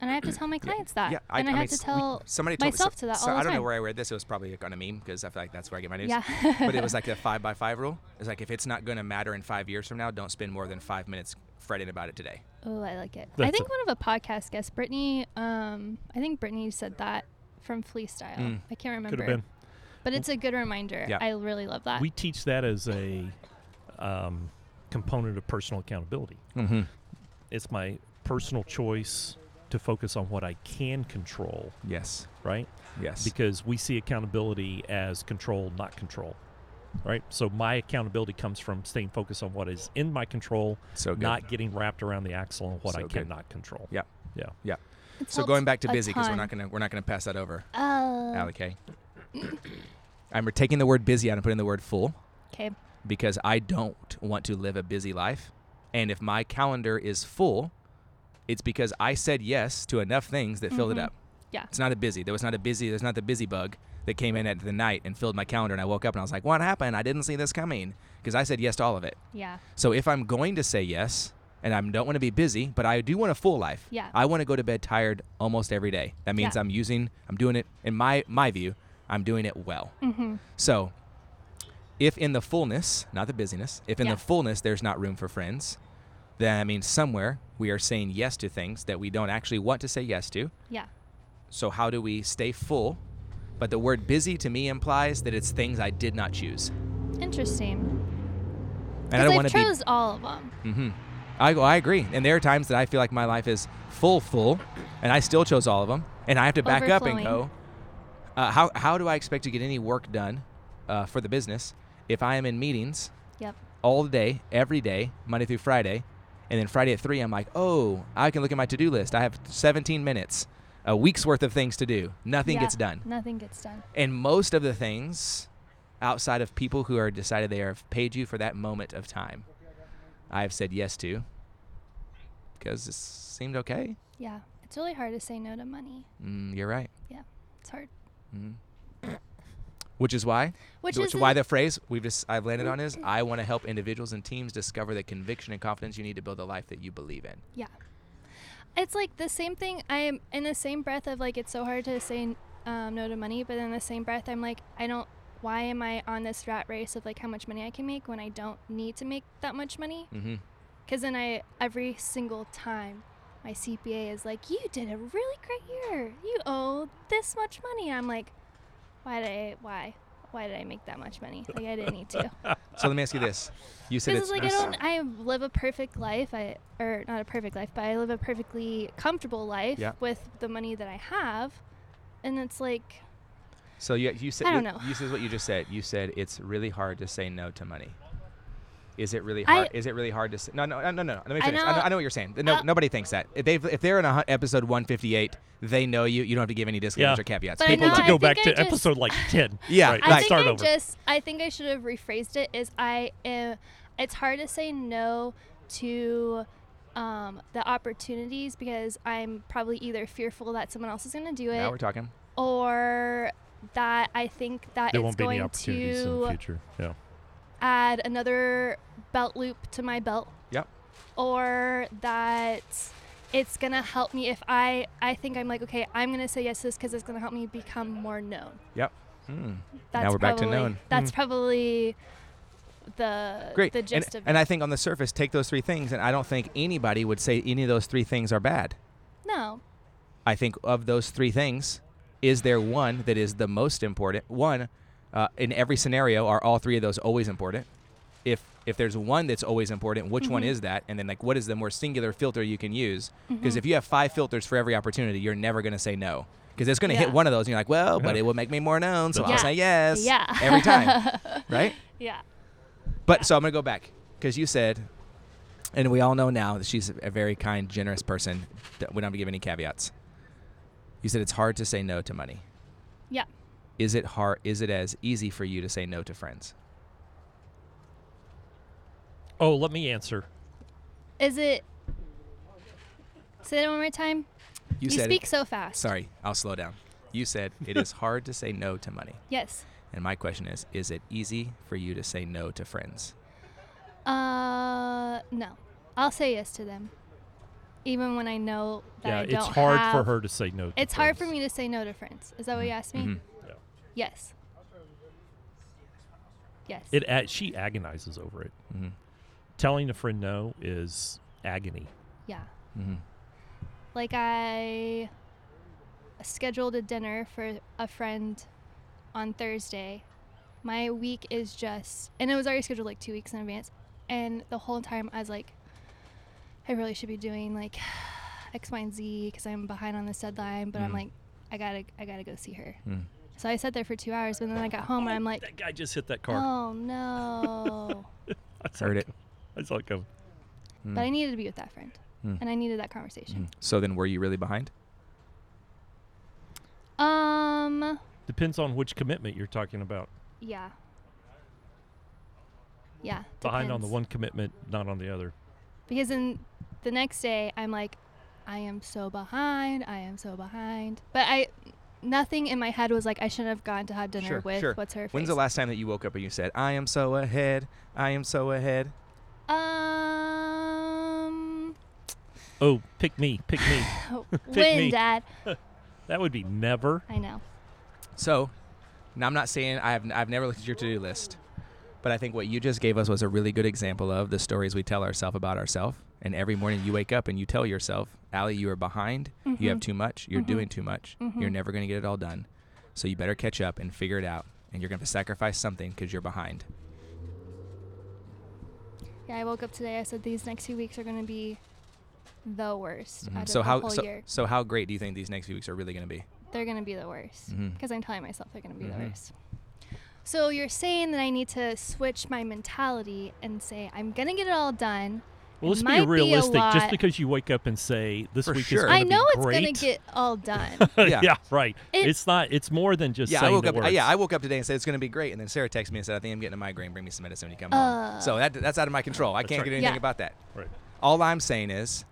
[SPEAKER 1] And I have to tell my clients that.
[SPEAKER 3] Yeah,
[SPEAKER 1] and I,
[SPEAKER 3] mean,
[SPEAKER 1] have to
[SPEAKER 3] s- we-
[SPEAKER 1] tell
[SPEAKER 3] somebody told me-
[SPEAKER 1] myself
[SPEAKER 3] so-
[SPEAKER 1] to that
[SPEAKER 3] so
[SPEAKER 1] all the
[SPEAKER 3] I don't
[SPEAKER 1] time.
[SPEAKER 3] know where I read this. It was probably like on a meme because I feel like that's where I get my news.
[SPEAKER 1] Yeah.
[SPEAKER 3] but it was like the five by five rule. It's like if it's not going to matter in five years from now, don't spend more than five minutes fretting about it today.
[SPEAKER 1] Oh, I like it. I
[SPEAKER 2] That's
[SPEAKER 1] think
[SPEAKER 2] a-
[SPEAKER 1] one of a podcast guests, Brittany, um, I think Brittany said that from Flea Style.
[SPEAKER 3] Mm.
[SPEAKER 1] I can't remember.
[SPEAKER 2] Could have been.
[SPEAKER 1] But it's a good reminder.
[SPEAKER 3] Yeah.
[SPEAKER 1] I really love that.
[SPEAKER 2] We teach that as a um, component of personal accountability.
[SPEAKER 3] Mm-hmm.
[SPEAKER 2] It's my personal choice to focus on what I can control,
[SPEAKER 3] Yes.
[SPEAKER 2] right?
[SPEAKER 3] Yes.
[SPEAKER 2] Because we see accountability as control, not control, right? So my accountability comes from staying focused on what is in my control,
[SPEAKER 3] so good.
[SPEAKER 2] not getting wrapped around the axle on what
[SPEAKER 3] So
[SPEAKER 2] I
[SPEAKER 3] good.
[SPEAKER 2] cannot control.
[SPEAKER 3] yeah.
[SPEAKER 2] Yeah.
[SPEAKER 3] Yeah.
[SPEAKER 1] It's
[SPEAKER 3] So
[SPEAKER 1] helped
[SPEAKER 3] going back to
[SPEAKER 1] a
[SPEAKER 3] busy because we're
[SPEAKER 1] ton.
[SPEAKER 3] not gonna we're not gonna pass that over,
[SPEAKER 1] Oh.
[SPEAKER 3] Allie Kay. I'm taking the word busy out and putting the word full
[SPEAKER 1] Okay.
[SPEAKER 3] because I don't want to live a busy life, and if my calendar is full, it's because I said yes to enough things that filled it
[SPEAKER 1] Mhm.
[SPEAKER 3] up.
[SPEAKER 1] Yeah.
[SPEAKER 3] It's not a busy. There was not a busy. There's not the busy bug that came in at the night and filled my calendar. And I woke up and I was like, "What happened? I didn't see this coming." Because I said yes to all of it.
[SPEAKER 1] Yeah.
[SPEAKER 3] So if I'm going to say yes, and I don't want to be busy, but I do want a full life.
[SPEAKER 1] Yeah.
[SPEAKER 3] I want to go to bed tired almost every day. That means
[SPEAKER 1] Yeah.
[SPEAKER 3] I'm using. I'm doing it in my my view. I'm doing it well.
[SPEAKER 1] Mm-hmm.
[SPEAKER 3] So, if in the fullness, not the busyness, if in
[SPEAKER 1] Yeah.
[SPEAKER 3] the fullness there's not room for friends, then I mean somewhere we are saying yes to things that we don't actually want to say yes to.
[SPEAKER 1] Yeah.
[SPEAKER 3] So how do we stay full? But the word busy to me implies that it's things I did not choose.
[SPEAKER 1] Interesting.
[SPEAKER 3] And I
[SPEAKER 1] Because
[SPEAKER 3] don't
[SPEAKER 1] I've
[SPEAKER 3] want to be
[SPEAKER 1] chose all of them.
[SPEAKER 3] hmm I I agree. And there are times that I feel like my life is full full and I still chose all of them and I have to back up and
[SPEAKER 1] Overflowing.
[SPEAKER 3] go uh, how how do I expect to get any work done uh, for the business if I am in meetings
[SPEAKER 1] Yep.
[SPEAKER 3] all day, every day, Monday through Friday. And then Friday at three, I'm like, oh, I can look at my to do list. I have 17 minutes, a week's worth of things to do. Nothing
[SPEAKER 1] Yeah,
[SPEAKER 3] gets done.
[SPEAKER 1] Nothing gets done.
[SPEAKER 3] And most of the things outside of people who are decided they have paid you for that moment of time, I've said yes to because it seemed okay.
[SPEAKER 1] Yeah. It's really hard to say no to money.
[SPEAKER 3] Mm, you're right.
[SPEAKER 1] Yeah. It's hard.
[SPEAKER 3] Mm. Which is why,
[SPEAKER 1] Which
[SPEAKER 3] which
[SPEAKER 1] is
[SPEAKER 3] is why the phrase we've just I've landed on is I want to help individuals and teams discover the conviction and confidence you need to build a life that you believe in.
[SPEAKER 1] Yeah. It's like the same thing. I'm in the same breath of like, it's so hard to say um, no to money, but in the same breath, I'm like, I don't, why am I on this rat race of like how much money I can make when I don't need to make that much money?
[SPEAKER 3] Mm-hmm.
[SPEAKER 1] Because then I, every single time, my CPA is like, you did a really great year. You owe this much money. I'm like, why did I, why? Why did I make that much money? Like I didn't need to.
[SPEAKER 3] So let me ask you this: You said
[SPEAKER 1] Because
[SPEAKER 3] it's
[SPEAKER 1] it's like I don't, I live a perfect life. I or not a perfect life, but I live a perfectly comfortable life
[SPEAKER 3] Yeah.
[SPEAKER 1] with the money that I have, and it's like
[SPEAKER 3] So you you said
[SPEAKER 1] I don't
[SPEAKER 3] you-
[SPEAKER 1] know.
[SPEAKER 3] you said what you just said. You said it's really hard to say no to money. Is it really
[SPEAKER 1] I-
[SPEAKER 3] hard? is it really hard to say? No, no, no, no, no. Let me
[SPEAKER 1] I
[SPEAKER 3] finish. I know,
[SPEAKER 1] know- Uh,
[SPEAKER 3] I know what you're saying. No,
[SPEAKER 1] I'll-
[SPEAKER 3] nobody thinks that. If they if they're in a, hu- episode 158, they know you. You don't have to give any disclaimers
[SPEAKER 2] Yeah.
[SPEAKER 3] or caveats.
[SPEAKER 1] But I
[SPEAKER 2] People
[SPEAKER 1] know,
[SPEAKER 2] should go back
[SPEAKER 1] think
[SPEAKER 2] to
[SPEAKER 1] I just-
[SPEAKER 2] episode like ten.
[SPEAKER 3] Yeah,
[SPEAKER 1] I
[SPEAKER 2] right,
[SPEAKER 3] like-
[SPEAKER 2] and
[SPEAKER 1] think
[SPEAKER 2] start
[SPEAKER 1] I
[SPEAKER 2] over.
[SPEAKER 1] just I think I should have rephrased it. Is I am. It's hard to say no to um, the opportunities because I'm probably either fearful that someone else is going to do
[SPEAKER 3] now
[SPEAKER 1] it
[SPEAKER 3] we're talking.
[SPEAKER 1] or that I think that
[SPEAKER 2] there
[SPEAKER 1] it's
[SPEAKER 2] won't be
[SPEAKER 1] going
[SPEAKER 2] any opportunities
[SPEAKER 1] to
[SPEAKER 2] in the future. Yeah.
[SPEAKER 1] add another belt loop to my belt.
[SPEAKER 3] Yep.
[SPEAKER 1] Or that it's gonna help me if I I think I'm like okay I'm gonna say yes to this because it's gonna help me become more known.
[SPEAKER 3] Yep. Hmm.
[SPEAKER 1] That's
[SPEAKER 3] we're back to
[SPEAKER 1] probably,
[SPEAKER 3] known. Hmm.
[SPEAKER 1] That's probably the
[SPEAKER 3] Great.
[SPEAKER 1] the
[SPEAKER 3] And-
[SPEAKER 1] gist
[SPEAKER 3] and,
[SPEAKER 1] of it.
[SPEAKER 3] I think on the surface, take those three things, and I don't think anybody would say any of those three things are bad.
[SPEAKER 1] no,
[SPEAKER 3] I think of those three things, is there one that is the most important? One, uh, in every scenario, are all three of those always important? If if there's one that's always important, which
[SPEAKER 1] Mm-hmm.
[SPEAKER 3] one is that? And then like, what is the more singular filter you can use? Because if you have five filters for every opportunity, you're never gonna say no. Because it's gonna hit
[SPEAKER 1] Yeah.
[SPEAKER 3] one of those, and you're like, well, but it will make me more known, so I'll
[SPEAKER 1] Yeah.
[SPEAKER 3] say yes
[SPEAKER 1] Yeah.
[SPEAKER 3] every time, right?
[SPEAKER 1] yeah,
[SPEAKER 3] But so I'm gonna go back because you said, and we all know now that she's a very kind, generous person. That we don't have to give any caveats. You said it's hard to say no to money.
[SPEAKER 1] yeah.
[SPEAKER 3] Is it hard? Is it as easy for you to say no to friends?
[SPEAKER 2] Oh, let me answer.
[SPEAKER 1] Is it? Say that one more time.
[SPEAKER 3] You,
[SPEAKER 1] speak so fast.
[SPEAKER 3] Sorry, I'll slow down. You said it is hard to say no to money,
[SPEAKER 1] Yes.
[SPEAKER 3] and my question is: Is it easy for you to say no to friends?
[SPEAKER 1] Uh, no. I'll say yes to them, even when I know that I
[SPEAKER 2] yeah,
[SPEAKER 1] don't
[SPEAKER 2] it's hard for
[SPEAKER 1] have-
[SPEAKER 2] her to say no. To
[SPEAKER 1] It's hard for
[SPEAKER 2] friends. Mm-hmm.
[SPEAKER 1] me to say no to friends. Is that what you asked me?
[SPEAKER 3] Mhm.
[SPEAKER 2] Yeah.
[SPEAKER 1] Yes. Yes.
[SPEAKER 2] It a- she agonizes over it.
[SPEAKER 3] Mm-hmm.
[SPEAKER 2] Telling a friend no is agony.
[SPEAKER 1] yeah.
[SPEAKER 3] Mm-hmm.
[SPEAKER 1] Like I scheduled a dinner for a friend on Thursday. My week is just, and it was already scheduled like two weeks in advance. And the whole time I was like, I really should be doing like X, Y, and Z because I'm behind on this deadline. But
[SPEAKER 2] Mm.
[SPEAKER 1] I'm
[SPEAKER 3] Mhm.
[SPEAKER 1] like, I gotta, I gotta go see her.
[SPEAKER 3] Mhm.
[SPEAKER 1] So I sat there for two hours, but then I got home and I'm like,
[SPEAKER 2] That guy just hit that car.
[SPEAKER 1] oh no.
[SPEAKER 2] I saw
[SPEAKER 3] Heard it.
[SPEAKER 2] I saw it coming.
[SPEAKER 1] But I needed to be with that friend.
[SPEAKER 3] Mm.
[SPEAKER 1] And I needed that conversation.
[SPEAKER 3] So then, were you really behind?
[SPEAKER 2] Mm.
[SPEAKER 1] Um
[SPEAKER 2] Depends on which commitment you're talking about.
[SPEAKER 1] yeah. Yeah.
[SPEAKER 2] Behind on the
[SPEAKER 1] depends.
[SPEAKER 2] one commitment, not on the other.
[SPEAKER 1] Because then the next day I'm like, I am so behind, I am so behind. But I nothing in my head was like I shouldn't have gone to have dinner
[SPEAKER 3] Sure,
[SPEAKER 1] with
[SPEAKER 3] sure.
[SPEAKER 1] what's her face.
[SPEAKER 3] When's the last time that you woke up and you said, "I am so ahead. I am so ahead"?
[SPEAKER 1] Um
[SPEAKER 2] Oh, pick me, pick me.
[SPEAKER 1] when
[SPEAKER 2] me.
[SPEAKER 1] dad
[SPEAKER 2] that would be never.
[SPEAKER 1] I know.
[SPEAKER 3] So, now I'm not saying I have I've never looked at your to-do list, but I think what you just gave us was a really good example of the stories we tell ourselves about ourselves. And every morning you wake up and you tell yourself, "Allie, you are behind. You
[SPEAKER 1] Mm-hmm.
[SPEAKER 3] have too much. You're doing too much. You're never going to get it all done. So you better catch up and figure it out. And you're going to sacrifice something because you're behind."
[SPEAKER 1] Yeah, I woke up today, I said these next few weeks are gonna be the worst out of
[SPEAKER 3] Mm-hmm. So
[SPEAKER 1] the
[SPEAKER 3] how
[SPEAKER 1] whole
[SPEAKER 3] so,
[SPEAKER 1] year.
[SPEAKER 3] so how great do you think these next few weeks are really going to be?
[SPEAKER 1] they're gonna be the worst
[SPEAKER 2] Mm-hmm.
[SPEAKER 3] Mhm.
[SPEAKER 1] because I'm telling myself they're gonna be the
[SPEAKER 3] Mhm.
[SPEAKER 1] worst. So you're saying that I need to switch my mentality and say I'm gonna get it all done.
[SPEAKER 2] Well, let's
[SPEAKER 1] might be
[SPEAKER 2] be
[SPEAKER 1] a
[SPEAKER 2] realistic. Just
[SPEAKER 1] lot.
[SPEAKER 2] because you wake up and say this
[SPEAKER 3] For
[SPEAKER 2] week is
[SPEAKER 3] sure.
[SPEAKER 2] gonna
[SPEAKER 1] I know
[SPEAKER 2] be
[SPEAKER 1] it's
[SPEAKER 2] great.
[SPEAKER 1] gonna get all done.
[SPEAKER 2] yeah.
[SPEAKER 3] Yeah.
[SPEAKER 2] right.
[SPEAKER 1] It-
[SPEAKER 2] it's not. It's more than just
[SPEAKER 3] Yeah, I
[SPEAKER 2] saying
[SPEAKER 3] woke
[SPEAKER 2] the
[SPEAKER 3] up.
[SPEAKER 2] words.
[SPEAKER 3] Yeah, I woke up today and said it's going to be great, and then Sarah texted me and said, "I think I'm getting a migraine. Bring me some medicine when you come
[SPEAKER 1] Uh.
[SPEAKER 3] home." So that that's out of my control. I
[SPEAKER 2] That's
[SPEAKER 3] can't
[SPEAKER 2] right.
[SPEAKER 3] do anything
[SPEAKER 1] Yeah.
[SPEAKER 3] about that.
[SPEAKER 2] right.
[SPEAKER 3] All I'm saying is,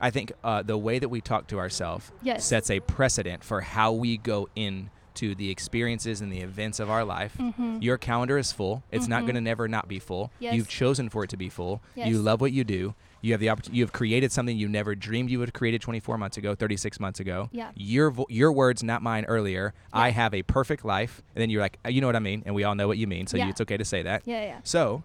[SPEAKER 3] I think uh, the way that we talk to ourselves
[SPEAKER 1] Yes.
[SPEAKER 3] sets a precedent for how we go in to the experiences and the events of our life.
[SPEAKER 1] Mm-hmm.
[SPEAKER 3] Your calendar is full. It's not
[SPEAKER 1] Mhm.
[SPEAKER 3] going to never not be full.
[SPEAKER 1] Yes.
[SPEAKER 3] You've chosen for it to be full. You
[SPEAKER 1] Yes.
[SPEAKER 3] love what you do. You have the oppor- you have created something you never dreamed you would have created 24 months ago, 36 months ago.
[SPEAKER 1] Yeah.
[SPEAKER 3] Your vo- your words, not mine earlier. I
[SPEAKER 1] Yeah.
[SPEAKER 3] have a perfect life. And then you're like, "Uh, you know what I mean? And we all know what you mean. So you,
[SPEAKER 1] Yeah.
[SPEAKER 3] it's okay to say that.
[SPEAKER 1] Yeah, yeah.
[SPEAKER 3] So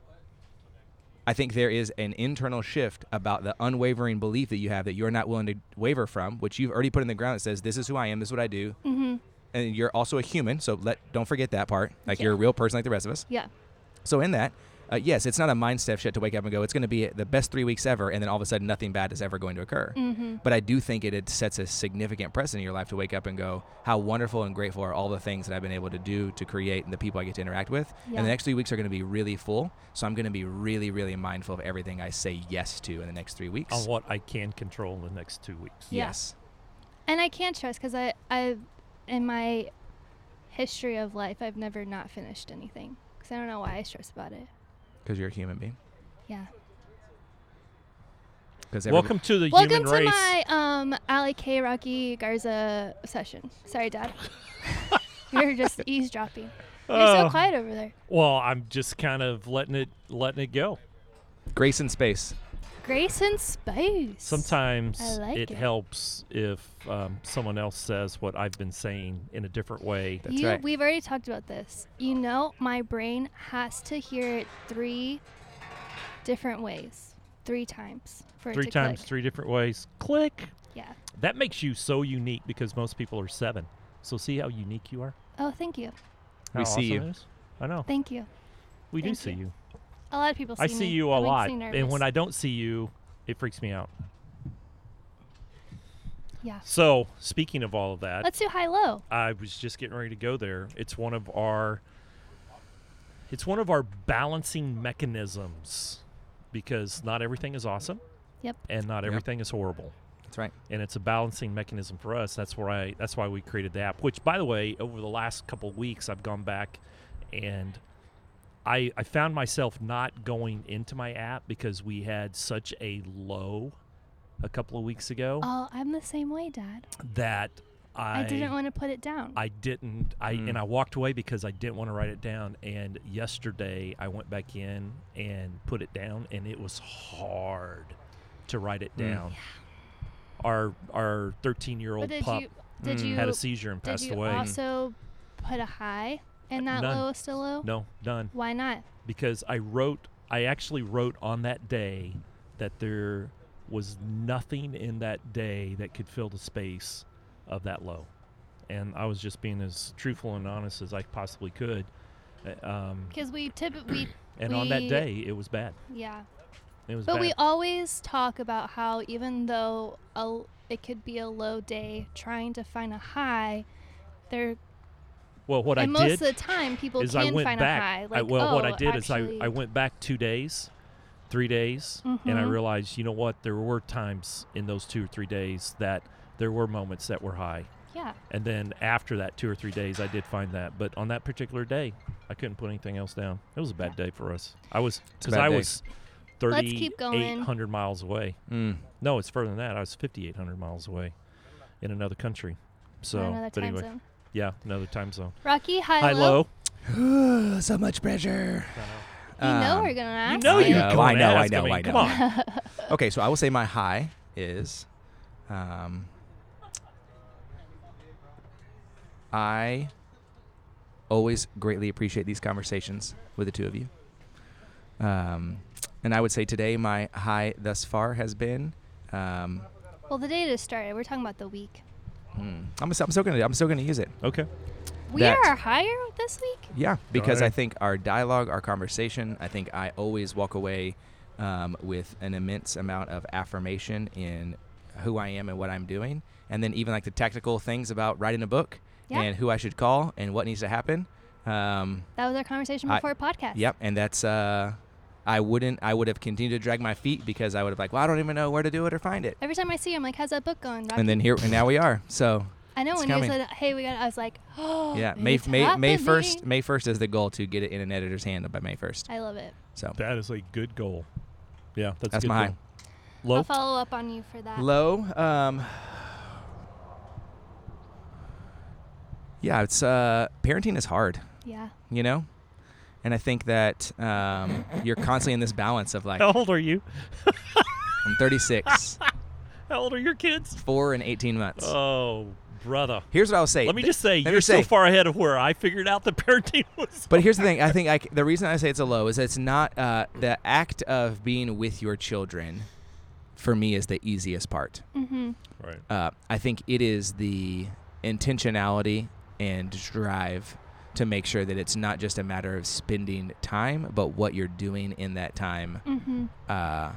[SPEAKER 3] I think there is an internal shift about the unwavering belief that you have that you're not willing to waver from, which you've already put in the ground that says, This is who I am, this is what I do.
[SPEAKER 1] Mm-hmm.
[SPEAKER 3] And you're also a human, so let don't forget that part. Like
[SPEAKER 1] Yeah.
[SPEAKER 3] you're a real person like the rest of us.
[SPEAKER 1] Yeah.
[SPEAKER 3] So in that, uh, yes, it's not a mindset shit to wake up and go, it's going to be the best three weeks ever, and then all of a sudden nothing bad is ever going to occur.
[SPEAKER 1] Mm-hmm.
[SPEAKER 3] But I do think it, it sets a significant precedent in your life to wake up and go, how wonderful and grateful are all the things that I've been able to do to create and the people I get to interact with.
[SPEAKER 1] Yeah.
[SPEAKER 3] And the next three weeks are going to be really full. So I'm going to be really, really mindful of everything I say yes to in the next three weeks.
[SPEAKER 2] on what I can control in the next two weeks.
[SPEAKER 1] Yeah.
[SPEAKER 3] Yes.
[SPEAKER 1] And I can trust because I, I, in my history of life, I've never not finished anything. Because I don't know why I stress about it.
[SPEAKER 3] Because you're a human being.
[SPEAKER 1] Yeah.
[SPEAKER 3] Because
[SPEAKER 2] Welcome to the
[SPEAKER 1] Welcome
[SPEAKER 2] human
[SPEAKER 1] to
[SPEAKER 2] race.
[SPEAKER 1] my um, Ali K. Rocky Garza session. Sorry, Dad. You're just eavesdropping. You're
[SPEAKER 2] Oh.
[SPEAKER 1] so quiet over there.
[SPEAKER 2] Well, I'm just kind of letting it letting it go.
[SPEAKER 3] Grace in space.
[SPEAKER 1] Grace in space. I
[SPEAKER 2] Sometimes
[SPEAKER 1] like
[SPEAKER 2] it,
[SPEAKER 1] it.
[SPEAKER 2] helps if um, someone else says what I've been saying in a different way.
[SPEAKER 3] That's
[SPEAKER 1] you,
[SPEAKER 3] right.
[SPEAKER 1] We've already talked about this. You know, my brain has to hear it three different ways, three times for it
[SPEAKER 2] Three
[SPEAKER 1] to
[SPEAKER 2] times,
[SPEAKER 1] click.
[SPEAKER 2] three different ways. Click.
[SPEAKER 1] Yeah.
[SPEAKER 2] That makes you so unique because most people are seven. So see how unique you are.
[SPEAKER 1] Oh, thank you,
[SPEAKER 2] How
[SPEAKER 3] We see
[SPEAKER 2] awesome
[SPEAKER 3] you.
[SPEAKER 2] it is? I know.
[SPEAKER 1] thank you.
[SPEAKER 2] We do
[SPEAKER 1] thank
[SPEAKER 2] see
[SPEAKER 1] you.
[SPEAKER 2] you.
[SPEAKER 1] A lot of people. See
[SPEAKER 2] I see
[SPEAKER 1] me.
[SPEAKER 2] you
[SPEAKER 1] That
[SPEAKER 2] a
[SPEAKER 1] makes
[SPEAKER 2] lot,
[SPEAKER 1] me
[SPEAKER 2] and when
[SPEAKER 1] nervous.
[SPEAKER 2] I don't see you, it freaks me out.
[SPEAKER 1] yeah.
[SPEAKER 2] So speaking of all of that,
[SPEAKER 1] Let's do high low.
[SPEAKER 2] I was just getting ready to go there. It's one of our it's one of our balancing mechanisms because not everything is awesome
[SPEAKER 1] Yep.
[SPEAKER 2] and not
[SPEAKER 3] Yep.
[SPEAKER 2] everything is horrible.
[SPEAKER 3] That's right.
[SPEAKER 2] And it's a balancing mechanism for us. That's where I that's why we created the app, which by the way, over the last couple weeks I've gone back and I I found myself not going into my app because we had such a low a couple of weeks ago
[SPEAKER 1] Oh, I'm the same way, Dad.
[SPEAKER 2] that
[SPEAKER 1] I,
[SPEAKER 2] I
[SPEAKER 1] didn't want to put it down.
[SPEAKER 2] I didn't. I
[SPEAKER 3] Mm.
[SPEAKER 2] and I walked away because I didn't want to write it down. And yesterday I went back in and put it down, and it was hard to write it
[SPEAKER 3] Mm.
[SPEAKER 2] down. Our our 13 year
[SPEAKER 1] but
[SPEAKER 2] old
[SPEAKER 1] did
[SPEAKER 2] pup
[SPEAKER 1] you did
[SPEAKER 3] Mm.
[SPEAKER 1] you
[SPEAKER 2] had a seizure and
[SPEAKER 1] did
[SPEAKER 2] passed
[SPEAKER 1] you
[SPEAKER 2] away.
[SPEAKER 1] also put a high and that
[SPEAKER 2] None.
[SPEAKER 1] low still low?
[SPEAKER 2] no, none.
[SPEAKER 1] Why not?
[SPEAKER 2] Because I wrote. I actually wrote on that day that there was nothing in that day that could fill the space of that low. And I was just being as truthful and honest as I possibly could. Uh, Um,
[SPEAKER 1] Because we typically
[SPEAKER 2] And on that
[SPEAKER 1] We-
[SPEAKER 2] day, it was bad.
[SPEAKER 1] yeah.
[SPEAKER 2] It was
[SPEAKER 1] But
[SPEAKER 2] bad.
[SPEAKER 1] we always talk about how even though a, l- it could be a low day, trying to find a high, there
[SPEAKER 2] well, what I
[SPEAKER 1] and most of
[SPEAKER 2] did
[SPEAKER 1] the time people
[SPEAKER 2] is
[SPEAKER 1] can
[SPEAKER 2] I went
[SPEAKER 1] find
[SPEAKER 2] back.
[SPEAKER 1] a high. Like
[SPEAKER 2] I, well,
[SPEAKER 1] oh,
[SPEAKER 2] what I did
[SPEAKER 1] actually,
[SPEAKER 2] is I, I went back two days, three days, and I
[SPEAKER 1] Mhm.
[SPEAKER 2] realized, you know what? There were times in those two or three days that there were moments that were high.
[SPEAKER 1] yeah
[SPEAKER 2] And then after that two or three days, I did find that. But on that particular day, I couldn't put anything else down. It was a bad day for us. I was
[SPEAKER 3] a
[SPEAKER 2] because
[SPEAKER 3] bad
[SPEAKER 2] I
[SPEAKER 3] day.
[SPEAKER 2] was
[SPEAKER 1] Let's keep going.
[SPEAKER 2] 3,800 miles away.
[SPEAKER 3] Mm.
[SPEAKER 2] No, it's further than that. I was 5,800 miles away in another country. So,
[SPEAKER 1] on another
[SPEAKER 2] but
[SPEAKER 1] time
[SPEAKER 2] anyway,
[SPEAKER 1] zone.
[SPEAKER 2] yeah, another time zone.
[SPEAKER 1] Rocky high,
[SPEAKER 2] Hi, low.
[SPEAKER 3] so much pressure.
[SPEAKER 1] You know
[SPEAKER 3] Um,
[SPEAKER 1] we're gonna
[SPEAKER 2] You
[SPEAKER 1] ask.
[SPEAKER 2] know
[SPEAKER 3] I
[SPEAKER 2] you
[SPEAKER 3] know,
[SPEAKER 2] come
[SPEAKER 3] I know,
[SPEAKER 2] ask.
[SPEAKER 3] I know,
[SPEAKER 2] mean,
[SPEAKER 3] I
[SPEAKER 2] Come
[SPEAKER 3] know.
[SPEAKER 2] on.
[SPEAKER 3] Okay, so I will say my high is um, I always greatly appreciate these conversations with the two of you. Um, and I would say today my high thus far has been um,
[SPEAKER 1] Well, the day just started. We're talking about the week.
[SPEAKER 3] hmm, I'm, s- I'm still gonna I'm still gonna use it.
[SPEAKER 2] Okay.
[SPEAKER 1] We
[SPEAKER 3] That-
[SPEAKER 1] are higher this week.
[SPEAKER 3] Yeah, because I
[SPEAKER 2] Alright.
[SPEAKER 3] think our dialogue, our conversation, I think I always walk away um, with an immense amount of affirmation in who I am and what I'm doing. And then even like the tactical things about writing a book
[SPEAKER 1] Yeah.
[SPEAKER 3] and who I should call and what needs to happen. Um,
[SPEAKER 1] That was our conversation
[SPEAKER 3] I-
[SPEAKER 1] before podcast.
[SPEAKER 3] Yep, and that's uh, I wouldn't. I would have continued to drag my feet because I would have like, well, I don't even know where to do it or find it.
[SPEAKER 1] Every time I see you, I'm like, "How's that book going?" Rocky?
[SPEAKER 3] And then here and now we are. So
[SPEAKER 1] I know
[SPEAKER 3] it's
[SPEAKER 1] when
[SPEAKER 3] coming.
[SPEAKER 1] you said, "Hey, we got," it," I was like, "Oh,
[SPEAKER 3] yeah, May
[SPEAKER 1] it's
[SPEAKER 3] May May
[SPEAKER 1] happening."
[SPEAKER 3] first. May first is the goal to get it in an editor's hand by May first.
[SPEAKER 1] I love it.
[SPEAKER 3] So
[SPEAKER 2] That is a good goal. Yeah, that's,
[SPEAKER 3] That's
[SPEAKER 2] a good
[SPEAKER 3] my
[SPEAKER 2] goal.
[SPEAKER 1] I'll
[SPEAKER 2] Low.
[SPEAKER 1] follow up on you
[SPEAKER 3] um,
[SPEAKER 1] for that.
[SPEAKER 3] Low. Um, Yeah, it's uh, parenting is hard,
[SPEAKER 1] Yeah.
[SPEAKER 3] you know, and I think that um, you're constantly in this balance of like
[SPEAKER 2] How old are you?
[SPEAKER 3] I'm 36,
[SPEAKER 2] How old are your kids?
[SPEAKER 3] four and 18 months.
[SPEAKER 2] Oh, brother.
[SPEAKER 3] Here's what I'll say.
[SPEAKER 2] Let me
[SPEAKER 3] Th-
[SPEAKER 2] just say,
[SPEAKER 3] let me
[SPEAKER 2] you're so
[SPEAKER 3] say-
[SPEAKER 2] far ahead of where I figured out the parenting was.
[SPEAKER 3] But here's the thing. I think I c the reason I say it's a low is it's not uh, the act of being with your children. For me, is the easiest part.
[SPEAKER 1] Mm-hmm.
[SPEAKER 2] Right.
[SPEAKER 3] Uh, I think it is the intentionality and drive to make sure that it's not just a matter of spending time, but what you're doing in that time.
[SPEAKER 1] Mm-hmm.
[SPEAKER 3] Uh,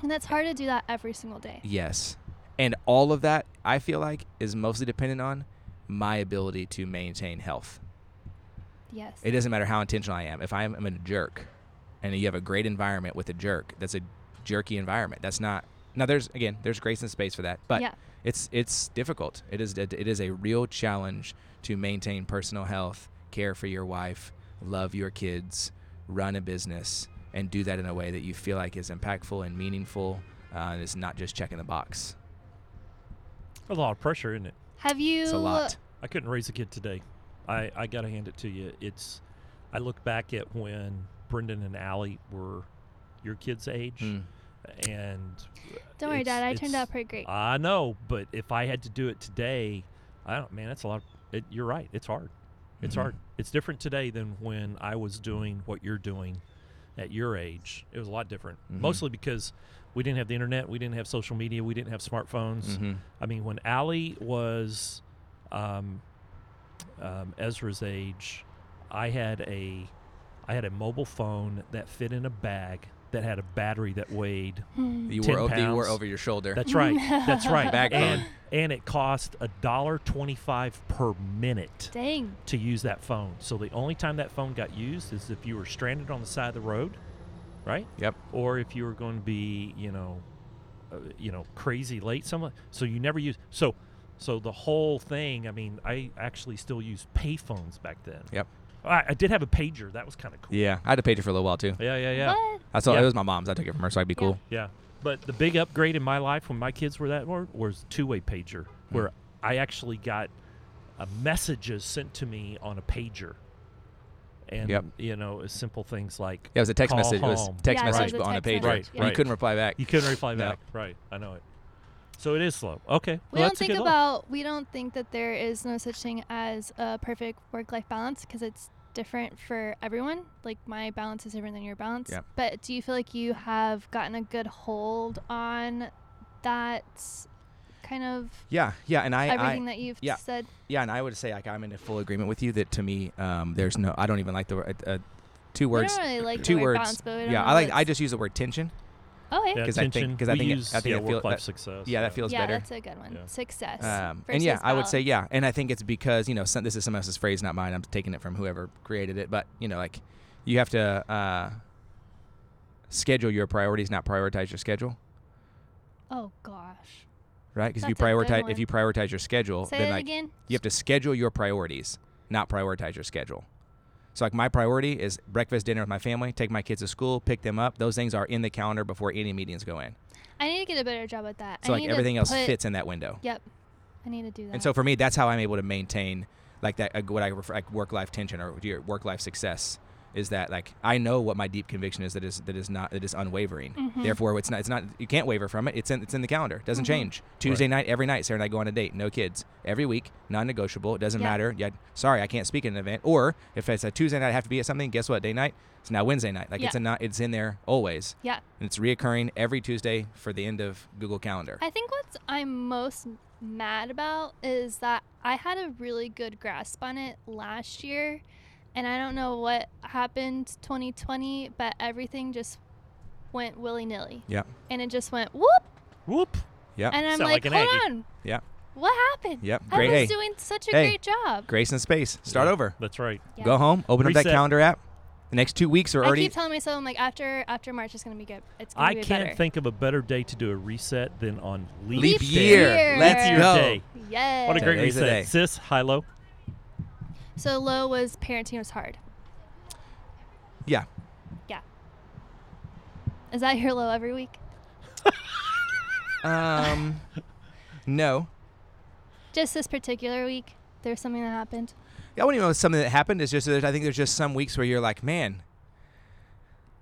[SPEAKER 1] And that's hard to do that every single day.
[SPEAKER 3] yes, and all of that I feel like is mostly dependent on my ability to maintain health.
[SPEAKER 1] Yes.
[SPEAKER 3] It doesn't matter how intentional I am. If I'm, I'm a jerk, and you have a great environment with a jerk, that's a jerky environment. That's not. Now there's again, there's grace and space for that, but
[SPEAKER 1] Yeah.
[SPEAKER 3] it's it's difficult. It is it is a real challenge to maintain personal health, care for your wife, love your kids, run a business, and do that in a way that you feel like is impactful and meaningful, uh, and it's not just checking the box.
[SPEAKER 2] A lot of pressure, isn't it?
[SPEAKER 1] Have you?
[SPEAKER 3] It's a lot.
[SPEAKER 2] I couldn't raise a kid today. I, I got to hand it to you. It's, I look back at when Brendan and Allie were your kids' age,
[SPEAKER 3] Mm.
[SPEAKER 2] and
[SPEAKER 1] Don't worry,
[SPEAKER 2] it's-
[SPEAKER 1] Dad. I turned
[SPEAKER 2] it's-
[SPEAKER 1] out pretty great.
[SPEAKER 2] I know, but if I had to do it today, I don't. Man, that's a lot. Of, it, you're right. It's hard. It's
[SPEAKER 3] Mhm.
[SPEAKER 2] hard. It's different today than when I was doing what you're doing at your age. It was a lot different,
[SPEAKER 3] Mhm.
[SPEAKER 2] mostly because we didn't have the internet, we didn't have social media, we didn't have smartphones.
[SPEAKER 3] Mhm.
[SPEAKER 2] I mean, when Allie was um, um, Ezra's age, I had a I had a mobile phone that fit in a bag that had a battery that weighed
[SPEAKER 1] Hmm.
[SPEAKER 3] You
[SPEAKER 2] 10
[SPEAKER 3] were over, you were
[SPEAKER 2] pounds.
[SPEAKER 3] over your shoulder.
[SPEAKER 2] that's right. That's right.
[SPEAKER 3] Backbone.
[SPEAKER 2] and, and it cost a dollar twenty-five per minute
[SPEAKER 1] Dang.
[SPEAKER 2] to use that phone. So the only time that phone got used is if you were stranded on the side of the road, right?
[SPEAKER 3] Yep.
[SPEAKER 2] Or if you were going to be, you know, uh, you know, crazy late. Someone. So you never use. So, so the whole thing. I mean, I actually still used pay phones back then.
[SPEAKER 3] Yep.
[SPEAKER 2] I, I did have a pager. That was kind of cool.
[SPEAKER 3] Yeah, I had to pay for a little while too.
[SPEAKER 2] Yeah. Yeah. Yeah.
[SPEAKER 1] What?
[SPEAKER 3] That's all.
[SPEAKER 2] Yeah.
[SPEAKER 3] It was my mom's. I took it from her, so I'd be
[SPEAKER 1] Yeah.
[SPEAKER 3] cool.
[SPEAKER 2] Yeah. But the big upgrade in my life when my kids were that old was two way pager,
[SPEAKER 3] Mm.
[SPEAKER 2] where I actually got uh, messages sent to me on a pager. And,
[SPEAKER 3] Yep.
[SPEAKER 2] you know, simple things like
[SPEAKER 3] Yeah, it was a text
[SPEAKER 2] call
[SPEAKER 3] message. It was
[SPEAKER 2] home.
[SPEAKER 3] text
[SPEAKER 1] Yeah, it
[SPEAKER 3] message,
[SPEAKER 1] was a
[SPEAKER 3] but on a
[SPEAKER 1] text
[SPEAKER 3] pager.
[SPEAKER 1] message,
[SPEAKER 2] Right, yeah.
[SPEAKER 3] You couldn't reply back.
[SPEAKER 2] You couldn't reply
[SPEAKER 3] No.
[SPEAKER 2] back. Right. I know it. So it is slow. Okay.
[SPEAKER 1] We don't
[SPEAKER 2] well, that's a
[SPEAKER 1] think
[SPEAKER 2] good
[SPEAKER 1] about. We don't think that there is no such thing as a perfect work-life balance because it's different for everyone. Like my balance is different than your balance.
[SPEAKER 3] Yeah.
[SPEAKER 1] But do you feel like you have gotten a good hold on that kind of
[SPEAKER 3] Yeah, yeah, and I, I
[SPEAKER 1] everything that you've
[SPEAKER 3] yeah.
[SPEAKER 1] said?
[SPEAKER 3] yeah, and I would say like I'm in a full agreement with you that to me, um, there's no, I don't even like the word uh, uh, two
[SPEAKER 1] We
[SPEAKER 3] words.
[SPEAKER 1] don't really like the
[SPEAKER 3] two
[SPEAKER 1] word
[SPEAKER 3] words.
[SPEAKER 1] balance, but we don't
[SPEAKER 3] yeah,
[SPEAKER 1] know
[SPEAKER 3] I like.
[SPEAKER 1] what's-
[SPEAKER 3] I just use the word tension.
[SPEAKER 1] Oh, yeah.
[SPEAKER 2] Yeah,
[SPEAKER 3] 'Cause I think-
[SPEAKER 2] attention.
[SPEAKER 3] 'cause I
[SPEAKER 2] We
[SPEAKER 3] think it-
[SPEAKER 2] use,
[SPEAKER 3] I think
[SPEAKER 2] yeah,
[SPEAKER 3] it feel-
[SPEAKER 2] work life
[SPEAKER 3] that-
[SPEAKER 2] success.
[SPEAKER 3] yeah, that feels
[SPEAKER 1] yeah,
[SPEAKER 3] better.
[SPEAKER 1] that's a good one.
[SPEAKER 2] Yeah.
[SPEAKER 1] Success.
[SPEAKER 3] Um, and
[SPEAKER 1] versus
[SPEAKER 3] yeah, I would
[SPEAKER 1] balance.
[SPEAKER 3] say yeah, and I think it's because you know some, this is someone else's phrase, not mine. I'm taking it from whoever created it, but you know, like you have to uh, schedule your priorities, not prioritize your schedule,
[SPEAKER 1] Oh gosh.
[SPEAKER 3] right? Because if you
[SPEAKER 1] That's a good
[SPEAKER 3] prioritize, if
[SPEAKER 1] one.
[SPEAKER 3] you prioritize your schedule,
[SPEAKER 1] Say
[SPEAKER 3] then
[SPEAKER 1] that
[SPEAKER 3] like
[SPEAKER 1] again.
[SPEAKER 3] You have to schedule your priorities, not prioritize your schedule. So like my priority is breakfast, dinner with my family, take my kids to school, pick them up. Those things are in the calendar before any meetings go in.
[SPEAKER 1] I need to get a better job at that.
[SPEAKER 3] So
[SPEAKER 1] I
[SPEAKER 3] like
[SPEAKER 1] need to
[SPEAKER 3] everything else
[SPEAKER 1] put-
[SPEAKER 3] fits in that window.
[SPEAKER 1] Yep. I need to do that.
[SPEAKER 3] And so for me, that's how I'm able to maintain like that uh, what I refer like work life tension or your work life success is that like I know what my deep conviction is that is that is not that is unwavering.
[SPEAKER 1] Mm-hmm.
[SPEAKER 3] Therefore, it's not it's not you can't waver from it. It's in it's in the calendar. It doesn't change. Tuesday night every night Sarah and I go on a date. No kids. Every week, non-negotiable. It doesn't
[SPEAKER 1] Yeah.
[SPEAKER 3] matter. Yeah, sorry, I can't speak at an event. Or if it's a Tuesday night I have to be at something, guess what? Day night. It's now Wednesday night. Like it's
[SPEAKER 1] Yeah.
[SPEAKER 3] a not it's in there always.
[SPEAKER 1] yeah.
[SPEAKER 3] And it's reoccurring every Tuesday for the end of Google Calendar.
[SPEAKER 1] I think what's I'm most mad about is that I had a really good grasp on it last year, and I don't know what happened 2020, but everything just went willy nilly,
[SPEAKER 3] yeah.
[SPEAKER 1] and it just went whoop,
[SPEAKER 2] Whoop.
[SPEAKER 3] Yeah.
[SPEAKER 1] and I'm
[SPEAKER 2] Sound
[SPEAKER 1] like,
[SPEAKER 2] like an
[SPEAKER 1] hold
[SPEAKER 2] Aggie."
[SPEAKER 1] on,
[SPEAKER 3] yeah.
[SPEAKER 1] what happened?
[SPEAKER 3] Yep.
[SPEAKER 1] I
[SPEAKER 3] Great.
[SPEAKER 1] was
[SPEAKER 3] Hey.
[SPEAKER 1] doing such a
[SPEAKER 3] Hey.
[SPEAKER 1] great job.
[SPEAKER 3] Grace and space. Start
[SPEAKER 2] Yeah,
[SPEAKER 3] over.
[SPEAKER 2] That's right.
[SPEAKER 1] Yeah.
[SPEAKER 3] Go home, open up that
[SPEAKER 2] Reset.
[SPEAKER 3] calendar app. The next two weeks are
[SPEAKER 1] I
[SPEAKER 3] already.
[SPEAKER 1] keep telling myself I'm like after after March it's gonna be good. It's gonna
[SPEAKER 2] I
[SPEAKER 1] be
[SPEAKER 2] can't
[SPEAKER 1] better.
[SPEAKER 2] think of a better day to do a reset than on leap,
[SPEAKER 3] Leap
[SPEAKER 2] day.
[SPEAKER 3] year.
[SPEAKER 1] year.
[SPEAKER 3] Let's
[SPEAKER 2] Leap year
[SPEAKER 3] go.
[SPEAKER 2] day.
[SPEAKER 1] Yes.
[SPEAKER 2] What a great
[SPEAKER 3] Today's the day.
[SPEAKER 2] reset. Sis, hi, low.
[SPEAKER 1] so low was parenting was hard.
[SPEAKER 3] Yeah.
[SPEAKER 1] Yeah. Is that your low every week?
[SPEAKER 3] Um, no. Um,
[SPEAKER 1] Just this particular week. there's something that happened.
[SPEAKER 3] Yeah, I wouldn't even know something that happened. It's just that I think there's just some weeks where you're like, man,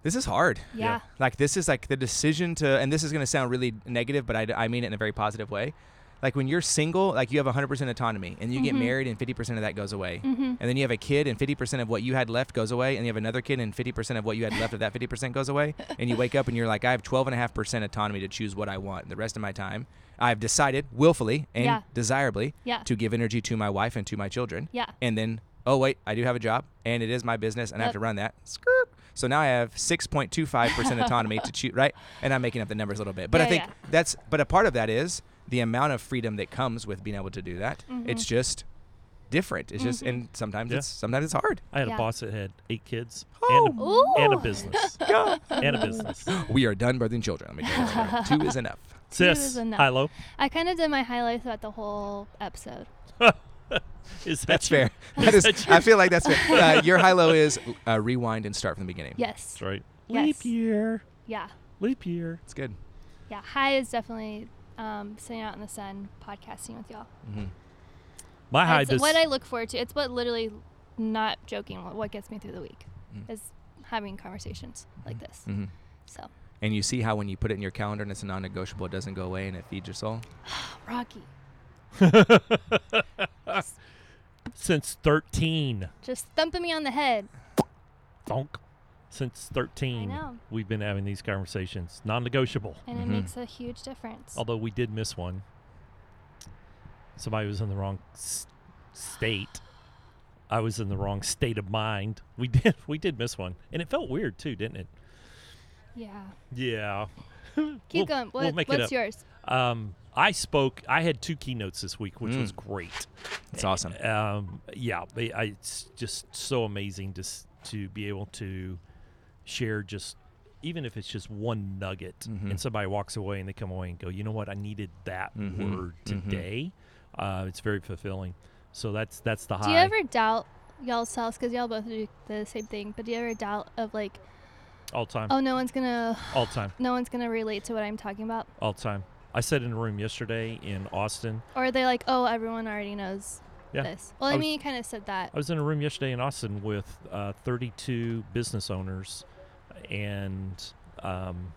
[SPEAKER 3] this is hard.
[SPEAKER 2] Yeah.
[SPEAKER 1] Yeah.
[SPEAKER 3] Like this is like the decision to, and this is going to sound really negative, but I, I mean it in a very positive way. Like when you're single, like you have 100% autonomy, and you get
[SPEAKER 1] Mhm.
[SPEAKER 3] married, and 50% of that goes away,
[SPEAKER 1] Mm-hmm.
[SPEAKER 3] and then you have a kid, and 50% of what you had left goes away, and you have another kid, and 50% of what you had left of that 50% goes away, and you wake up and you're like, I have 12.5% autonomy to choose what I want and the rest of my time. I've decided willfully and
[SPEAKER 1] Yeah.
[SPEAKER 3] desirably
[SPEAKER 1] Yeah.
[SPEAKER 3] to give energy to my wife and to my children.
[SPEAKER 1] Yeah.
[SPEAKER 3] And then, oh wait, I do have a job, and it is my business, and I have
[SPEAKER 1] Yep.
[SPEAKER 3] to run that. Skirt. So now I have 6.25% autonomy to choose, right? And I'm making up the numbers a little bit, but I
[SPEAKER 1] Yeah,
[SPEAKER 3] think
[SPEAKER 1] yeah.
[SPEAKER 3] that's. But a part of that is the amount of freedom that comes with being able to do that.
[SPEAKER 1] Mm-hmm.
[SPEAKER 3] It's just different. It's just,
[SPEAKER 1] Mhm.
[SPEAKER 3] and sometimes
[SPEAKER 2] Yeah.
[SPEAKER 3] it's sometimes it's hard.
[SPEAKER 2] I had a
[SPEAKER 1] Yeah.
[SPEAKER 2] boss that had eight kids and, a,
[SPEAKER 1] Oh.
[SPEAKER 2] and a
[SPEAKER 1] Ooh.
[SPEAKER 2] business.
[SPEAKER 3] God.
[SPEAKER 2] and a business.
[SPEAKER 3] we are done birthing children. Let me tell you that right now. Two is enough.
[SPEAKER 2] Sis,
[SPEAKER 1] enough.
[SPEAKER 2] hi, low.
[SPEAKER 1] I kind of did my highlights about the whole episode.
[SPEAKER 2] Is that
[SPEAKER 3] That's
[SPEAKER 2] your-
[SPEAKER 3] fair. That is.
[SPEAKER 2] that your-
[SPEAKER 3] I feel like that's fair. Uh, your high low is uh, rewind and start from the beginning.
[SPEAKER 1] Yes.
[SPEAKER 2] That's right.
[SPEAKER 1] Yes.
[SPEAKER 2] Leap year.
[SPEAKER 1] Yeah.
[SPEAKER 2] Leap year.
[SPEAKER 3] it's good.
[SPEAKER 1] Yeah. High is definitely um, sitting out in the sun, podcasting with y'all.
[SPEAKER 3] hmm
[SPEAKER 2] My high
[SPEAKER 1] It's
[SPEAKER 2] does.
[SPEAKER 1] what I look forward to. It's what literally, not joking, what- what gets me through the week
[SPEAKER 2] Mm-hmm.
[SPEAKER 3] Mm.
[SPEAKER 1] is having conversations like this.
[SPEAKER 3] hmm
[SPEAKER 1] So,
[SPEAKER 3] And you see how when you put it in your calendar and it's a non-negotiable, it doesn't go away and it feeds your soul.
[SPEAKER 1] Rocky,
[SPEAKER 2] since 13.
[SPEAKER 1] just thumping me on the head.
[SPEAKER 2] Thunk. Since 13.
[SPEAKER 1] I know.
[SPEAKER 2] We've been having these conversations. Non negotiable.
[SPEAKER 1] And
[SPEAKER 3] Mhm.
[SPEAKER 1] it makes a huge difference.
[SPEAKER 2] Although we did miss one. Somebody was in the wrong s- state. I was in the wrong state of mind. We did we did miss one. And it felt weird too, didn't it?
[SPEAKER 1] Yeah.
[SPEAKER 2] Yeah.
[SPEAKER 1] Keep
[SPEAKER 2] We'll-
[SPEAKER 1] going. What,
[SPEAKER 2] we'll make it
[SPEAKER 1] what's
[SPEAKER 2] up.
[SPEAKER 1] yours?
[SPEAKER 2] Um, I spoke. I had two keynotes this week, which
[SPEAKER 3] Mm.
[SPEAKER 2] was great.
[SPEAKER 3] It's awesome.
[SPEAKER 2] Um, yeah, I, I- it's just so amazing to s- to be able to share just even if it's just one nugget,
[SPEAKER 3] Mhm.
[SPEAKER 2] and somebody walks away and they come away and go, you know what, I needed that
[SPEAKER 3] Mhm.
[SPEAKER 2] word
[SPEAKER 3] Mhm.
[SPEAKER 2] today. Uh, it's very fulfilling. So that's that's the high.
[SPEAKER 1] Do you ever doubt y'all selves? Because y'all both do the same thing. But do you ever doubt of like,
[SPEAKER 2] all time,
[SPEAKER 1] oh, no one's gonna,
[SPEAKER 2] all time,
[SPEAKER 1] no one's gonna relate to what I'm talking about?
[SPEAKER 2] all time. I sat in a room yesterday in Austin.
[SPEAKER 1] Or are they like, oh, everyone already knows
[SPEAKER 2] Yeah.
[SPEAKER 1] this? Well, I,
[SPEAKER 2] I was-
[SPEAKER 1] mean, you kind of said that.
[SPEAKER 2] I was in a room yesterday in Austin with uh, 32 business owners, and um,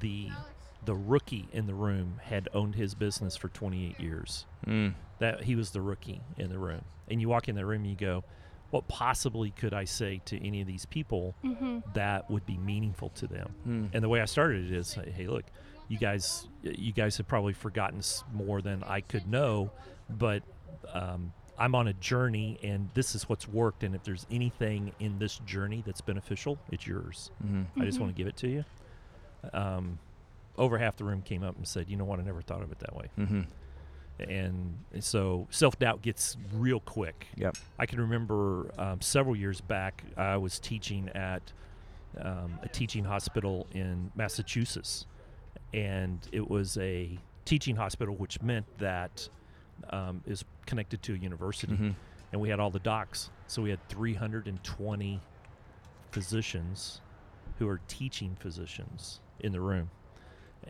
[SPEAKER 2] the the rookie in the room had owned his business for 28 years.
[SPEAKER 3] Mm.
[SPEAKER 2] That he was the rookie in the room, and you walk in that room and you go, "What possibly could I say to any of these people
[SPEAKER 1] Mm-hmm.
[SPEAKER 2] that would be meaningful to them?"
[SPEAKER 3] Mm.
[SPEAKER 2] And the way I started it is, hey, look, you guys, you guys have probably forgotten s- more than I could know, but um, I'm on a journey, and this is what's worked. And if there's anything in this journey that's beneficial, it's yours.
[SPEAKER 3] Mhm.
[SPEAKER 2] I just want to give it to you. Um, over half the room came up and said, you know what, I never thought of it that way.
[SPEAKER 3] Mhm.
[SPEAKER 2] And so self doubt gets real quick.
[SPEAKER 3] Yep.
[SPEAKER 2] I can remember um, several years back, I was teaching at um, a teaching hospital in Massachusetts. And it was a teaching hospital, which meant that um, is connected to a university.
[SPEAKER 3] Mhm.
[SPEAKER 2] And we had all the docs. So we had 320 physicians who are teaching physicians in the room.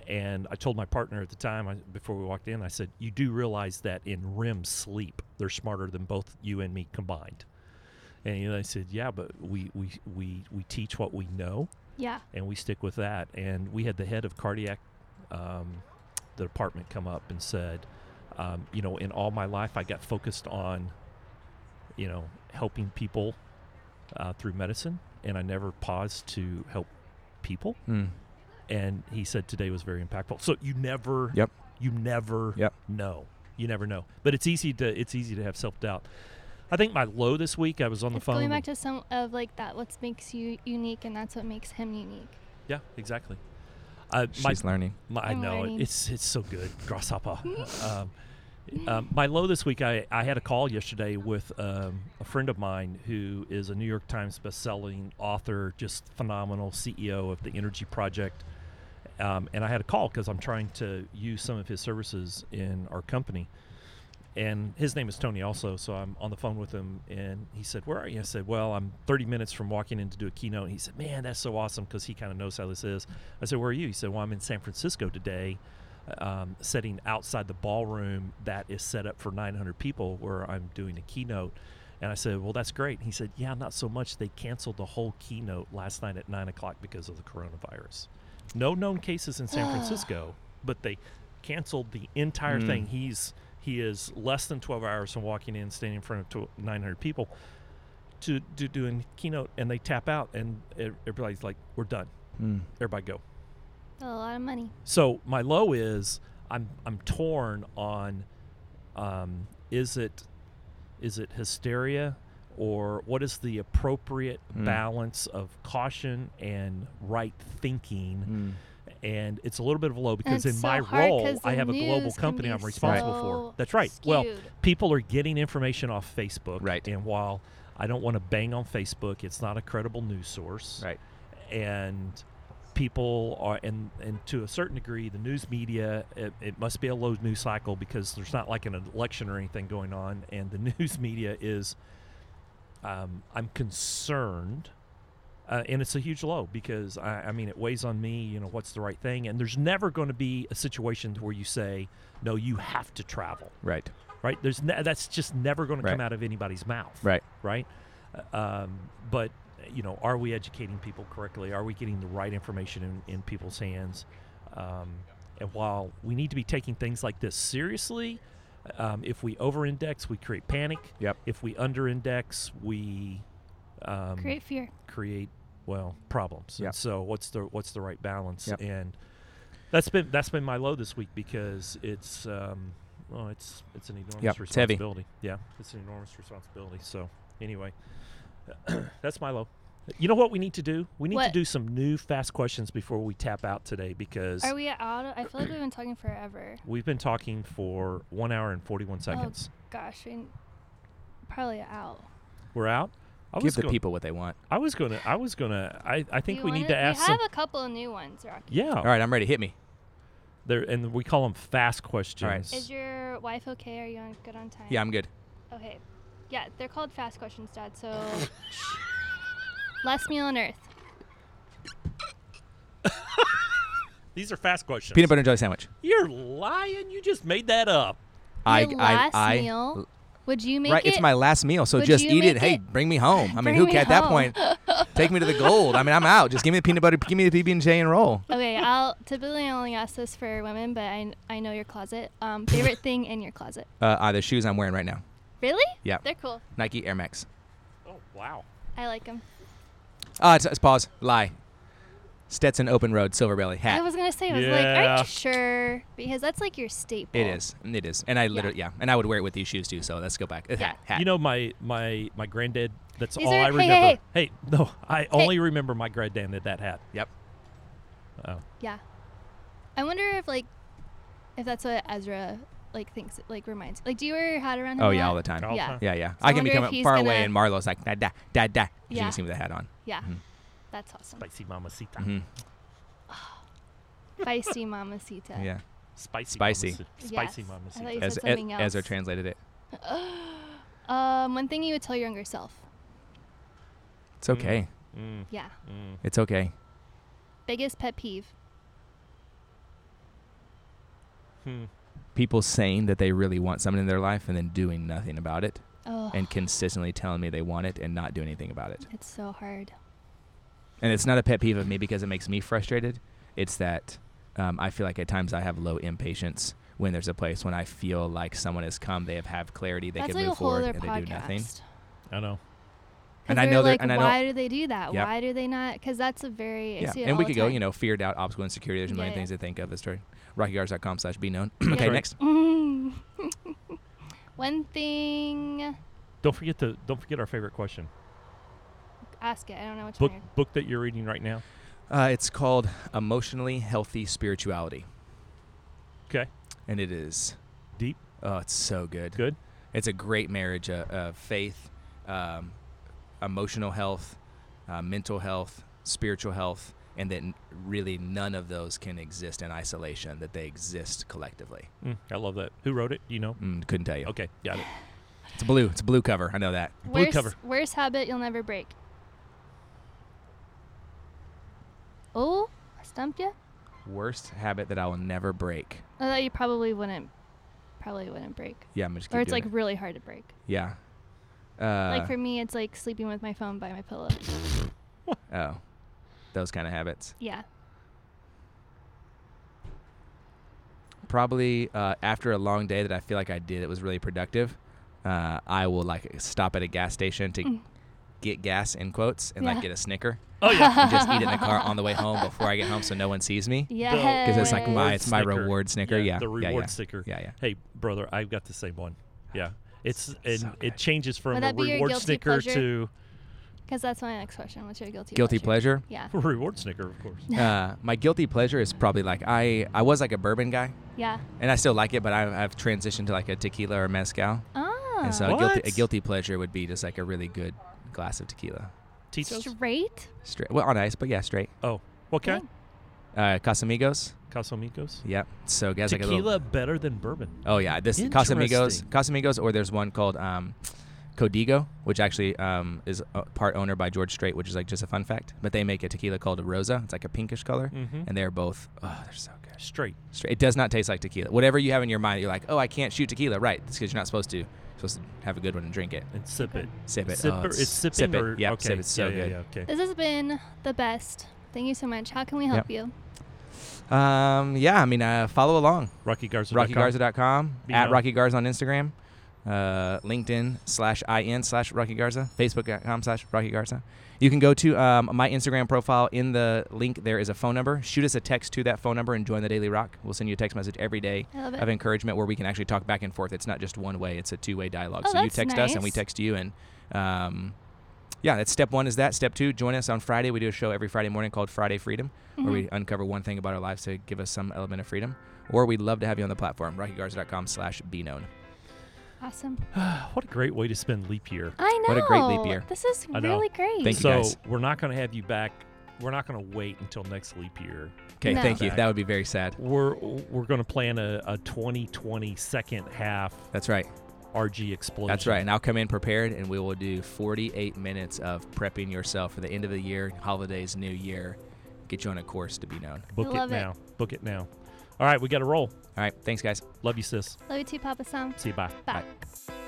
[SPEAKER 2] And I told my partner at the time, I, before we walked in, I said, "You do realize that in REM sleep, they're smarter than both you and me combined." And you know, they said, "Yeah, but we we we we teach what we know,
[SPEAKER 1] Yeah.
[SPEAKER 2] and we stick with that." And we had the head of cardiac, um, the department, come up and said, um, "You know, in all my life, I got focused on, you know, helping people uh, through medicine, and I never paused to help people."
[SPEAKER 3] Mm.
[SPEAKER 2] and he said today was very impactful. So you never,
[SPEAKER 3] Yep.
[SPEAKER 2] you never
[SPEAKER 3] Yep.
[SPEAKER 2] know, you never know. But it's easy to it's easy to have self doubt. I think my low this week. I was on the
[SPEAKER 1] It's
[SPEAKER 2] phone.
[SPEAKER 1] going back to
[SPEAKER 2] with-
[SPEAKER 1] some of like that, what makes you unique, and that's what makes him unique.
[SPEAKER 2] yeah, exactly. Uh, my,
[SPEAKER 3] She's learning.
[SPEAKER 2] my, I
[SPEAKER 1] I'm
[SPEAKER 2] know it,
[SPEAKER 1] learning.
[SPEAKER 2] it's it's so good, grasshopper. um, um, my low this week. I, I had a call yesterday with um, a friend of mine who is a New York Times bestselling author, just phenomenal CEO of the Energy Project. um, and I had a call because I'm trying to use some of his services in our company. And his name is Tony, also. So I'm on the phone with him, and he said, "Where are you?" I said, "Well, I'm 30 minutes from walking in to do a keynote." And he said, "Man, that's so awesome," because he kind of knows how this is. I said, "Where are you?" He said, "Well, I'm in San Francisco today, um, setting outside the ballroom that is set up for 900 people where I'm doing a keynote. And I said, Well, that's great. And he said, Yeah, not so much. They canceled the whole keynote last night at nine o'clock because of the coronavirus. No known cases in San Francisco, but they canceled the entire thing. He's he is less than 12 hours from walking in, standing in front of tw- 900 people to, to doing keynote, and they tap out, and ev- everybody's like, "We're done.
[SPEAKER 3] Mm.
[SPEAKER 2] Everybody go."
[SPEAKER 1] A lot of money.
[SPEAKER 2] So my low is I'm I'm torn on um, is it is it hysteria or what is the appropriate balance of caution and right thinking. And it's a little bit of a low because in
[SPEAKER 1] it's
[SPEAKER 2] my
[SPEAKER 1] so hard
[SPEAKER 2] role,
[SPEAKER 1] 'cause the
[SPEAKER 2] I have a global
[SPEAKER 1] news can
[SPEAKER 2] company
[SPEAKER 1] be
[SPEAKER 2] I'm responsible for.
[SPEAKER 1] so
[SPEAKER 2] That's right. Well,
[SPEAKER 1] skewed.
[SPEAKER 2] people are getting information off Facebook,
[SPEAKER 3] Right.
[SPEAKER 2] And while I don't want to bang on Facebook, it's not a credible news source,
[SPEAKER 3] Right.
[SPEAKER 2] and people are and and to a certain degree the news media it, it must be a low news cycle because there's not like an election or anything going on and the news media is um, i'm concerned uh, and it's a huge low because I, I mean it weighs on me you know what's the right thing and there's never going to be a situation where you say no you have to travel
[SPEAKER 3] Right.
[SPEAKER 2] right there's ne- that's just never going to come
[SPEAKER 3] Right.
[SPEAKER 2] out of anybody's mouth
[SPEAKER 3] Right.
[SPEAKER 2] right? Uh, Um, but you know, are we educating people correctly? Are we getting the right information in, in people's hands? Um, and while we need to be taking things like this seriously, um, if we over-index, we create panic.
[SPEAKER 3] Yep.
[SPEAKER 2] If we under-index, we um,
[SPEAKER 1] Great fear.
[SPEAKER 2] create well problems. And
[SPEAKER 3] Yep.
[SPEAKER 2] so, what's the what's the right balance?
[SPEAKER 3] Yep.
[SPEAKER 2] And that's been that's been my low this week because it's um, well, it's it's an enormous
[SPEAKER 3] Yep, it's heavy.
[SPEAKER 2] responsibility. Yeah, it's an enormous responsibility. So anyway, that's my low. You know what we need to do? We need to
[SPEAKER 1] What?
[SPEAKER 2] do some new fast questions before we tap out today because
[SPEAKER 1] Are we out? of- I feel like we've been talking forever.
[SPEAKER 2] we've been talking for one hour and forty-one
[SPEAKER 1] Oh.
[SPEAKER 2] seconds.
[SPEAKER 1] Gosh, we probably out.
[SPEAKER 2] We're out. I
[SPEAKER 3] Give
[SPEAKER 2] was
[SPEAKER 3] the
[SPEAKER 2] gonna,
[SPEAKER 3] people what they want.
[SPEAKER 2] I was gonna. I was gonna. I, I think
[SPEAKER 1] You
[SPEAKER 2] we need
[SPEAKER 1] wanna-
[SPEAKER 2] to ask
[SPEAKER 1] We
[SPEAKER 2] some.
[SPEAKER 1] have a couple of new ones, Rocky.
[SPEAKER 2] Yeah.
[SPEAKER 3] All right, I'm ready. Hit me.
[SPEAKER 2] They're, and we call them fast questions.
[SPEAKER 1] Is your wife okay? Are you on good on time?
[SPEAKER 3] Yeah, I'm good.
[SPEAKER 1] Okay. Yeah, they're called fast questions, Dad. So, last meal on earth.
[SPEAKER 2] These are fast questions.
[SPEAKER 3] Peanut butter and jelly sandwich.
[SPEAKER 2] You're lying. You just made that up.
[SPEAKER 3] I,
[SPEAKER 1] Your
[SPEAKER 3] I,
[SPEAKER 1] last
[SPEAKER 3] I,
[SPEAKER 1] meal. Would you make
[SPEAKER 3] right.
[SPEAKER 1] it?
[SPEAKER 3] It's my last meal, so
[SPEAKER 1] Would
[SPEAKER 3] just
[SPEAKER 1] you
[SPEAKER 3] eat it.
[SPEAKER 1] make
[SPEAKER 3] Hey,
[SPEAKER 1] it?
[SPEAKER 3] bring me home. I mean,
[SPEAKER 1] Bring
[SPEAKER 3] who
[SPEAKER 1] me
[SPEAKER 3] ca- at that
[SPEAKER 1] home.
[SPEAKER 3] point? Take me to the gold. I mean, I'm out. Just give me the peanut butter. Give me the PB and J and roll.
[SPEAKER 1] okay, I'll typically only ask this for women, but I, I know your closet. Um, favorite thing in your closet?
[SPEAKER 3] Uh, are the shoes I'm wearing right now?
[SPEAKER 1] Really?
[SPEAKER 3] Yeah.
[SPEAKER 1] They're cool.
[SPEAKER 3] Nike Air Max.
[SPEAKER 2] Oh wow.
[SPEAKER 1] I like them.
[SPEAKER 3] Ah, it's, it's pause. Lie. Stetson Open Road Silver Belly hat.
[SPEAKER 1] I was gonna say, I was like, are
[SPEAKER 2] Yeah.
[SPEAKER 1] you sure? Because that's like your staple.
[SPEAKER 3] It is. It is. And I literally, yeah. And I would wear it with these shoes too. So let's go back. Uh,
[SPEAKER 1] Yeah.
[SPEAKER 3] Hat. hat.
[SPEAKER 2] You know my my my granddad. That's
[SPEAKER 1] These
[SPEAKER 2] all
[SPEAKER 1] are-
[SPEAKER 2] I
[SPEAKER 1] hey,
[SPEAKER 2] remember.
[SPEAKER 1] hey,
[SPEAKER 2] no, I only remember my granddad did that hat.
[SPEAKER 3] Yep.
[SPEAKER 2] Oh,
[SPEAKER 1] Yeah. I wonder if like, if that's what Ezra like thinks like reminds. Like, do you wear your hat around? him
[SPEAKER 3] Oh
[SPEAKER 1] a
[SPEAKER 3] yeah,
[SPEAKER 1] lot?
[SPEAKER 3] all the time.
[SPEAKER 2] All the
[SPEAKER 1] Yeah.
[SPEAKER 2] time.
[SPEAKER 3] Yeah, yeah.
[SPEAKER 1] I
[SPEAKER 3] I can
[SPEAKER 1] wonder
[SPEAKER 3] become
[SPEAKER 1] if he's
[SPEAKER 3] far
[SPEAKER 1] gonna-
[SPEAKER 3] away, and Marlo's like da da da da. You
[SPEAKER 1] Yeah. Ah.
[SPEAKER 3] can see me with the hat on.
[SPEAKER 1] Yeah.
[SPEAKER 3] Mhm.
[SPEAKER 1] That's awesome.
[SPEAKER 2] spicy mamacita.
[SPEAKER 3] Mhm.
[SPEAKER 1] Feisty mamacita.
[SPEAKER 3] Yeah.
[SPEAKER 2] Spicy.
[SPEAKER 3] Spicy.
[SPEAKER 2] Mamacita.
[SPEAKER 1] Yes.
[SPEAKER 2] Spicy
[SPEAKER 1] I
[SPEAKER 2] mamacita.
[SPEAKER 1] thought you
[SPEAKER 3] As
[SPEAKER 1] said something
[SPEAKER 3] as- Ezra
[SPEAKER 1] else.
[SPEAKER 3] translated it.
[SPEAKER 1] Um, one thing you would tell your younger self.
[SPEAKER 3] It's okay.
[SPEAKER 2] Mm,
[SPEAKER 1] Yeah.
[SPEAKER 2] mm.
[SPEAKER 3] It's okay.
[SPEAKER 1] Biggest pet peeve.
[SPEAKER 2] Hmm.
[SPEAKER 3] People saying that they really want something in their life and then doing nothing about it,
[SPEAKER 1] Oh,
[SPEAKER 3] and consistently telling me they want it and not do anything about it.
[SPEAKER 1] it's so hard.
[SPEAKER 3] And it's not a pet peeve of me because it makes me frustrated. It's that um, I feel like at times I have low impatience when there's a place when I feel like someone has come, they have have clarity, they
[SPEAKER 1] that's
[SPEAKER 3] can
[SPEAKER 1] like
[SPEAKER 3] move
[SPEAKER 1] a whole
[SPEAKER 3] forward,
[SPEAKER 1] other
[SPEAKER 3] and they
[SPEAKER 1] podcast.
[SPEAKER 3] do nothing.
[SPEAKER 2] I know.
[SPEAKER 1] 'Cause
[SPEAKER 3] And I
[SPEAKER 1] we're
[SPEAKER 3] know they're-
[SPEAKER 1] like,
[SPEAKER 3] and I know-
[SPEAKER 1] why do they do that?
[SPEAKER 3] Yep.
[SPEAKER 1] Why do they not? Because that's a very I
[SPEAKER 3] Yeah,
[SPEAKER 1] see it
[SPEAKER 3] and we
[SPEAKER 1] all
[SPEAKER 3] could
[SPEAKER 1] the
[SPEAKER 3] go,
[SPEAKER 1] time.
[SPEAKER 3] you know, fear, doubt, obstacle, insecurity. There's a million
[SPEAKER 1] Yeah, yeah.
[SPEAKER 3] things to think of. That's true. RockyGuards.com slash be known.
[SPEAKER 1] Yeah.
[SPEAKER 3] okay,
[SPEAKER 2] Sorry.
[SPEAKER 3] next.
[SPEAKER 1] Mm. One thing,
[SPEAKER 2] Don't forget to don't forget our favorite question.
[SPEAKER 1] ask it. I don't know which
[SPEAKER 2] Book
[SPEAKER 1] one. you're-
[SPEAKER 2] book that you're reading right now.
[SPEAKER 3] Uh, it's called Emotionally Healthy Spirituality,
[SPEAKER 2] Okay.
[SPEAKER 3] and it is,
[SPEAKER 2] Deep.
[SPEAKER 3] oh, it's so good.
[SPEAKER 2] Good.
[SPEAKER 3] It's a great marriage of, of faith, um, emotional health, uh, mental health, spiritual health, and that n- really none of those can exist in isolation, that they exist collectively.
[SPEAKER 2] Mm, I love that. Who wrote it? Do you know?
[SPEAKER 3] Mm, couldn't tell you.
[SPEAKER 2] Okay, got it.
[SPEAKER 3] It's blue. It's a blue cover. I know that.
[SPEAKER 2] Blue
[SPEAKER 1] Worst,
[SPEAKER 2] cover.
[SPEAKER 1] worst habit you'll never break. Oh, I stumped you. Oh,
[SPEAKER 3] Worst habit that I will never break.
[SPEAKER 1] I thought you probably wouldn't, probably wouldn't break,
[SPEAKER 3] Yeah, I'm just. Keep
[SPEAKER 1] or it's
[SPEAKER 3] doing
[SPEAKER 1] like
[SPEAKER 3] it.
[SPEAKER 1] really hard to break.
[SPEAKER 3] yeah. Uh,
[SPEAKER 1] like for me, it's like sleeping with my phone by my pillow.
[SPEAKER 3] oh, those kind of habits.
[SPEAKER 1] yeah,
[SPEAKER 3] Probably uh, after a long day that I feel like I did, it was really productive. Uh, I will like stop at a gas station to get gas in quotes and
[SPEAKER 1] Mm. Yeah.
[SPEAKER 3] like get a snicker
[SPEAKER 2] Oh yeah.
[SPEAKER 3] and just eat it in the car on the way home before I get home so no one sees me.
[SPEAKER 1] yeah.
[SPEAKER 3] Because it's like my
[SPEAKER 2] Reward
[SPEAKER 3] it's my
[SPEAKER 2] snicker.
[SPEAKER 3] reward snicker. Yeah.
[SPEAKER 2] The
[SPEAKER 3] yeah,
[SPEAKER 2] reward
[SPEAKER 3] yeah.
[SPEAKER 2] sticker.
[SPEAKER 3] Yeah, yeah.
[SPEAKER 2] Hey, brother, I've got the same one. Yeah. It's and
[SPEAKER 3] so
[SPEAKER 2] it
[SPEAKER 3] good.
[SPEAKER 2] changes from
[SPEAKER 1] Would
[SPEAKER 2] a
[SPEAKER 1] that be your
[SPEAKER 2] reward
[SPEAKER 1] guilty
[SPEAKER 2] snicker
[SPEAKER 1] pleasure?
[SPEAKER 2] to
[SPEAKER 1] Because that's my next question. What's your guilty?
[SPEAKER 3] Guilty pleasure.
[SPEAKER 1] Yeah.
[SPEAKER 2] reward snicker, of course.
[SPEAKER 3] uh, my guilty pleasure is probably like I I was like a bourbon guy
[SPEAKER 1] Yeah.
[SPEAKER 3] and I still like it, but I, I've transitioned to like a tequila or mezcal.
[SPEAKER 1] Oh.
[SPEAKER 3] And so a guilty, a
[SPEAKER 2] What?
[SPEAKER 3] guilty pleasure would be just like a really good glass of tequila.
[SPEAKER 2] Tito's.
[SPEAKER 1] straight.
[SPEAKER 3] Straight, well, on ice, but yeah, straight.
[SPEAKER 2] Oh, what kind?
[SPEAKER 1] Dang.
[SPEAKER 3] Uh, Casamigos.
[SPEAKER 2] Casamigos.
[SPEAKER 3] Yep. So guys, like a
[SPEAKER 2] Tequila
[SPEAKER 3] little.
[SPEAKER 2] better than bourbon.
[SPEAKER 3] Oh yeah, this Casamigos,
[SPEAKER 2] Interesting.
[SPEAKER 3] Casamigos, or there's one called um, Codigo, which actually um, is uh, part owner by George Strait, which is like just a fun fact. But they make a tequila called a Rosa. It's like a pinkish color,
[SPEAKER 2] Mhm.
[SPEAKER 3] and they're both. Oh, they're so good.
[SPEAKER 2] Straight.
[SPEAKER 3] Straight. It does not taste like tequila. Whatever you have in your mind, you're like, oh, I can't shoot tequila. Right. It's because you're not supposed to. You're supposed to have a good one and drink it.
[SPEAKER 2] And sip it.
[SPEAKER 3] Sip it.
[SPEAKER 2] Sip
[SPEAKER 3] oh,
[SPEAKER 2] or- it's sipping
[SPEAKER 3] sip
[SPEAKER 2] or
[SPEAKER 3] it. Yep,
[SPEAKER 2] okay.
[SPEAKER 3] sip it's so
[SPEAKER 2] yeah, yeah,
[SPEAKER 3] good.
[SPEAKER 2] yeah, okay.
[SPEAKER 1] This has been the best. Thank you so much. How can we help
[SPEAKER 3] Yep.
[SPEAKER 1] you?
[SPEAKER 3] Um, yeah, I mean, uh, follow along.
[SPEAKER 2] Rocky Garza.
[SPEAKER 3] RockyGarza.com,
[SPEAKER 2] Be
[SPEAKER 3] at
[SPEAKER 2] on-
[SPEAKER 3] Rocky Garza on Instagram, uh, LinkedIn slash IN slash Rocky Garza, Facebook.com slash Rocky Garza. You can go to um, my Instagram profile. In the link, there is a phone number. Shoot us a text to that phone number and join the Daily Rock. We'll send you a text message every day
[SPEAKER 1] I love it.
[SPEAKER 3] of encouragement where we can actually talk back and forth. It's not just one way; it's a two-way dialogue.
[SPEAKER 1] Oh,
[SPEAKER 3] so you
[SPEAKER 1] that's
[SPEAKER 3] text us and we
[SPEAKER 1] nice.
[SPEAKER 3] text you, and um, yeah, that's step one. Is that step two? Join us on Friday. We do a show every Friday morning called Friday Freedom, where
[SPEAKER 1] Mm-hmm.
[SPEAKER 3] we uncover one thing about our lives to give us some element of freedom. Or we'd love to have you on the platform, rockygarza.com slash be known.
[SPEAKER 1] Awesome.
[SPEAKER 2] What a great way to spend leap year.
[SPEAKER 1] I know.
[SPEAKER 3] What a great leap year.
[SPEAKER 1] This is
[SPEAKER 2] I know.
[SPEAKER 1] really great.
[SPEAKER 3] Thank you,
[SPEAKER 2] so
[SPEAKER 3] guys.
[SPEAKER 2] we're not going to have you back. We're not going to wait until next leap year.
[SPEAKER 3] Okay,
[SPEAKER 1] No.
[SPEAKER 3] thank you.
[SPEAKER 2] Back.
[SPEAKER 3] That would be very sad.
[SPEAKER 2] We're we're going to plan a, a 2020 second half
[SPEAKER 3] That's right.
[SPEAKER 2] RG explosion.
[SPEAKER 3] That's right. And I'll come in prepared, and we will do 48 minutes of prepping yourself for the end of the year, holidays, new year. Get you on a course to be known.
[SPEAKER 2] Book it
[SPEAKER 1] love it.
[SPEAKER 2] now. Book it now. All right, we got to roll.
[SPEAKER 3] All right. Thanks, guys.
[SPEAKER 2] Love you, sis.
[SPEAKER 1] Love you too, Papa Sam.
[SPEAKER 2] See you. Bye.
[SPEAKER 1] Bye.
[SPEAKER 3] Bye.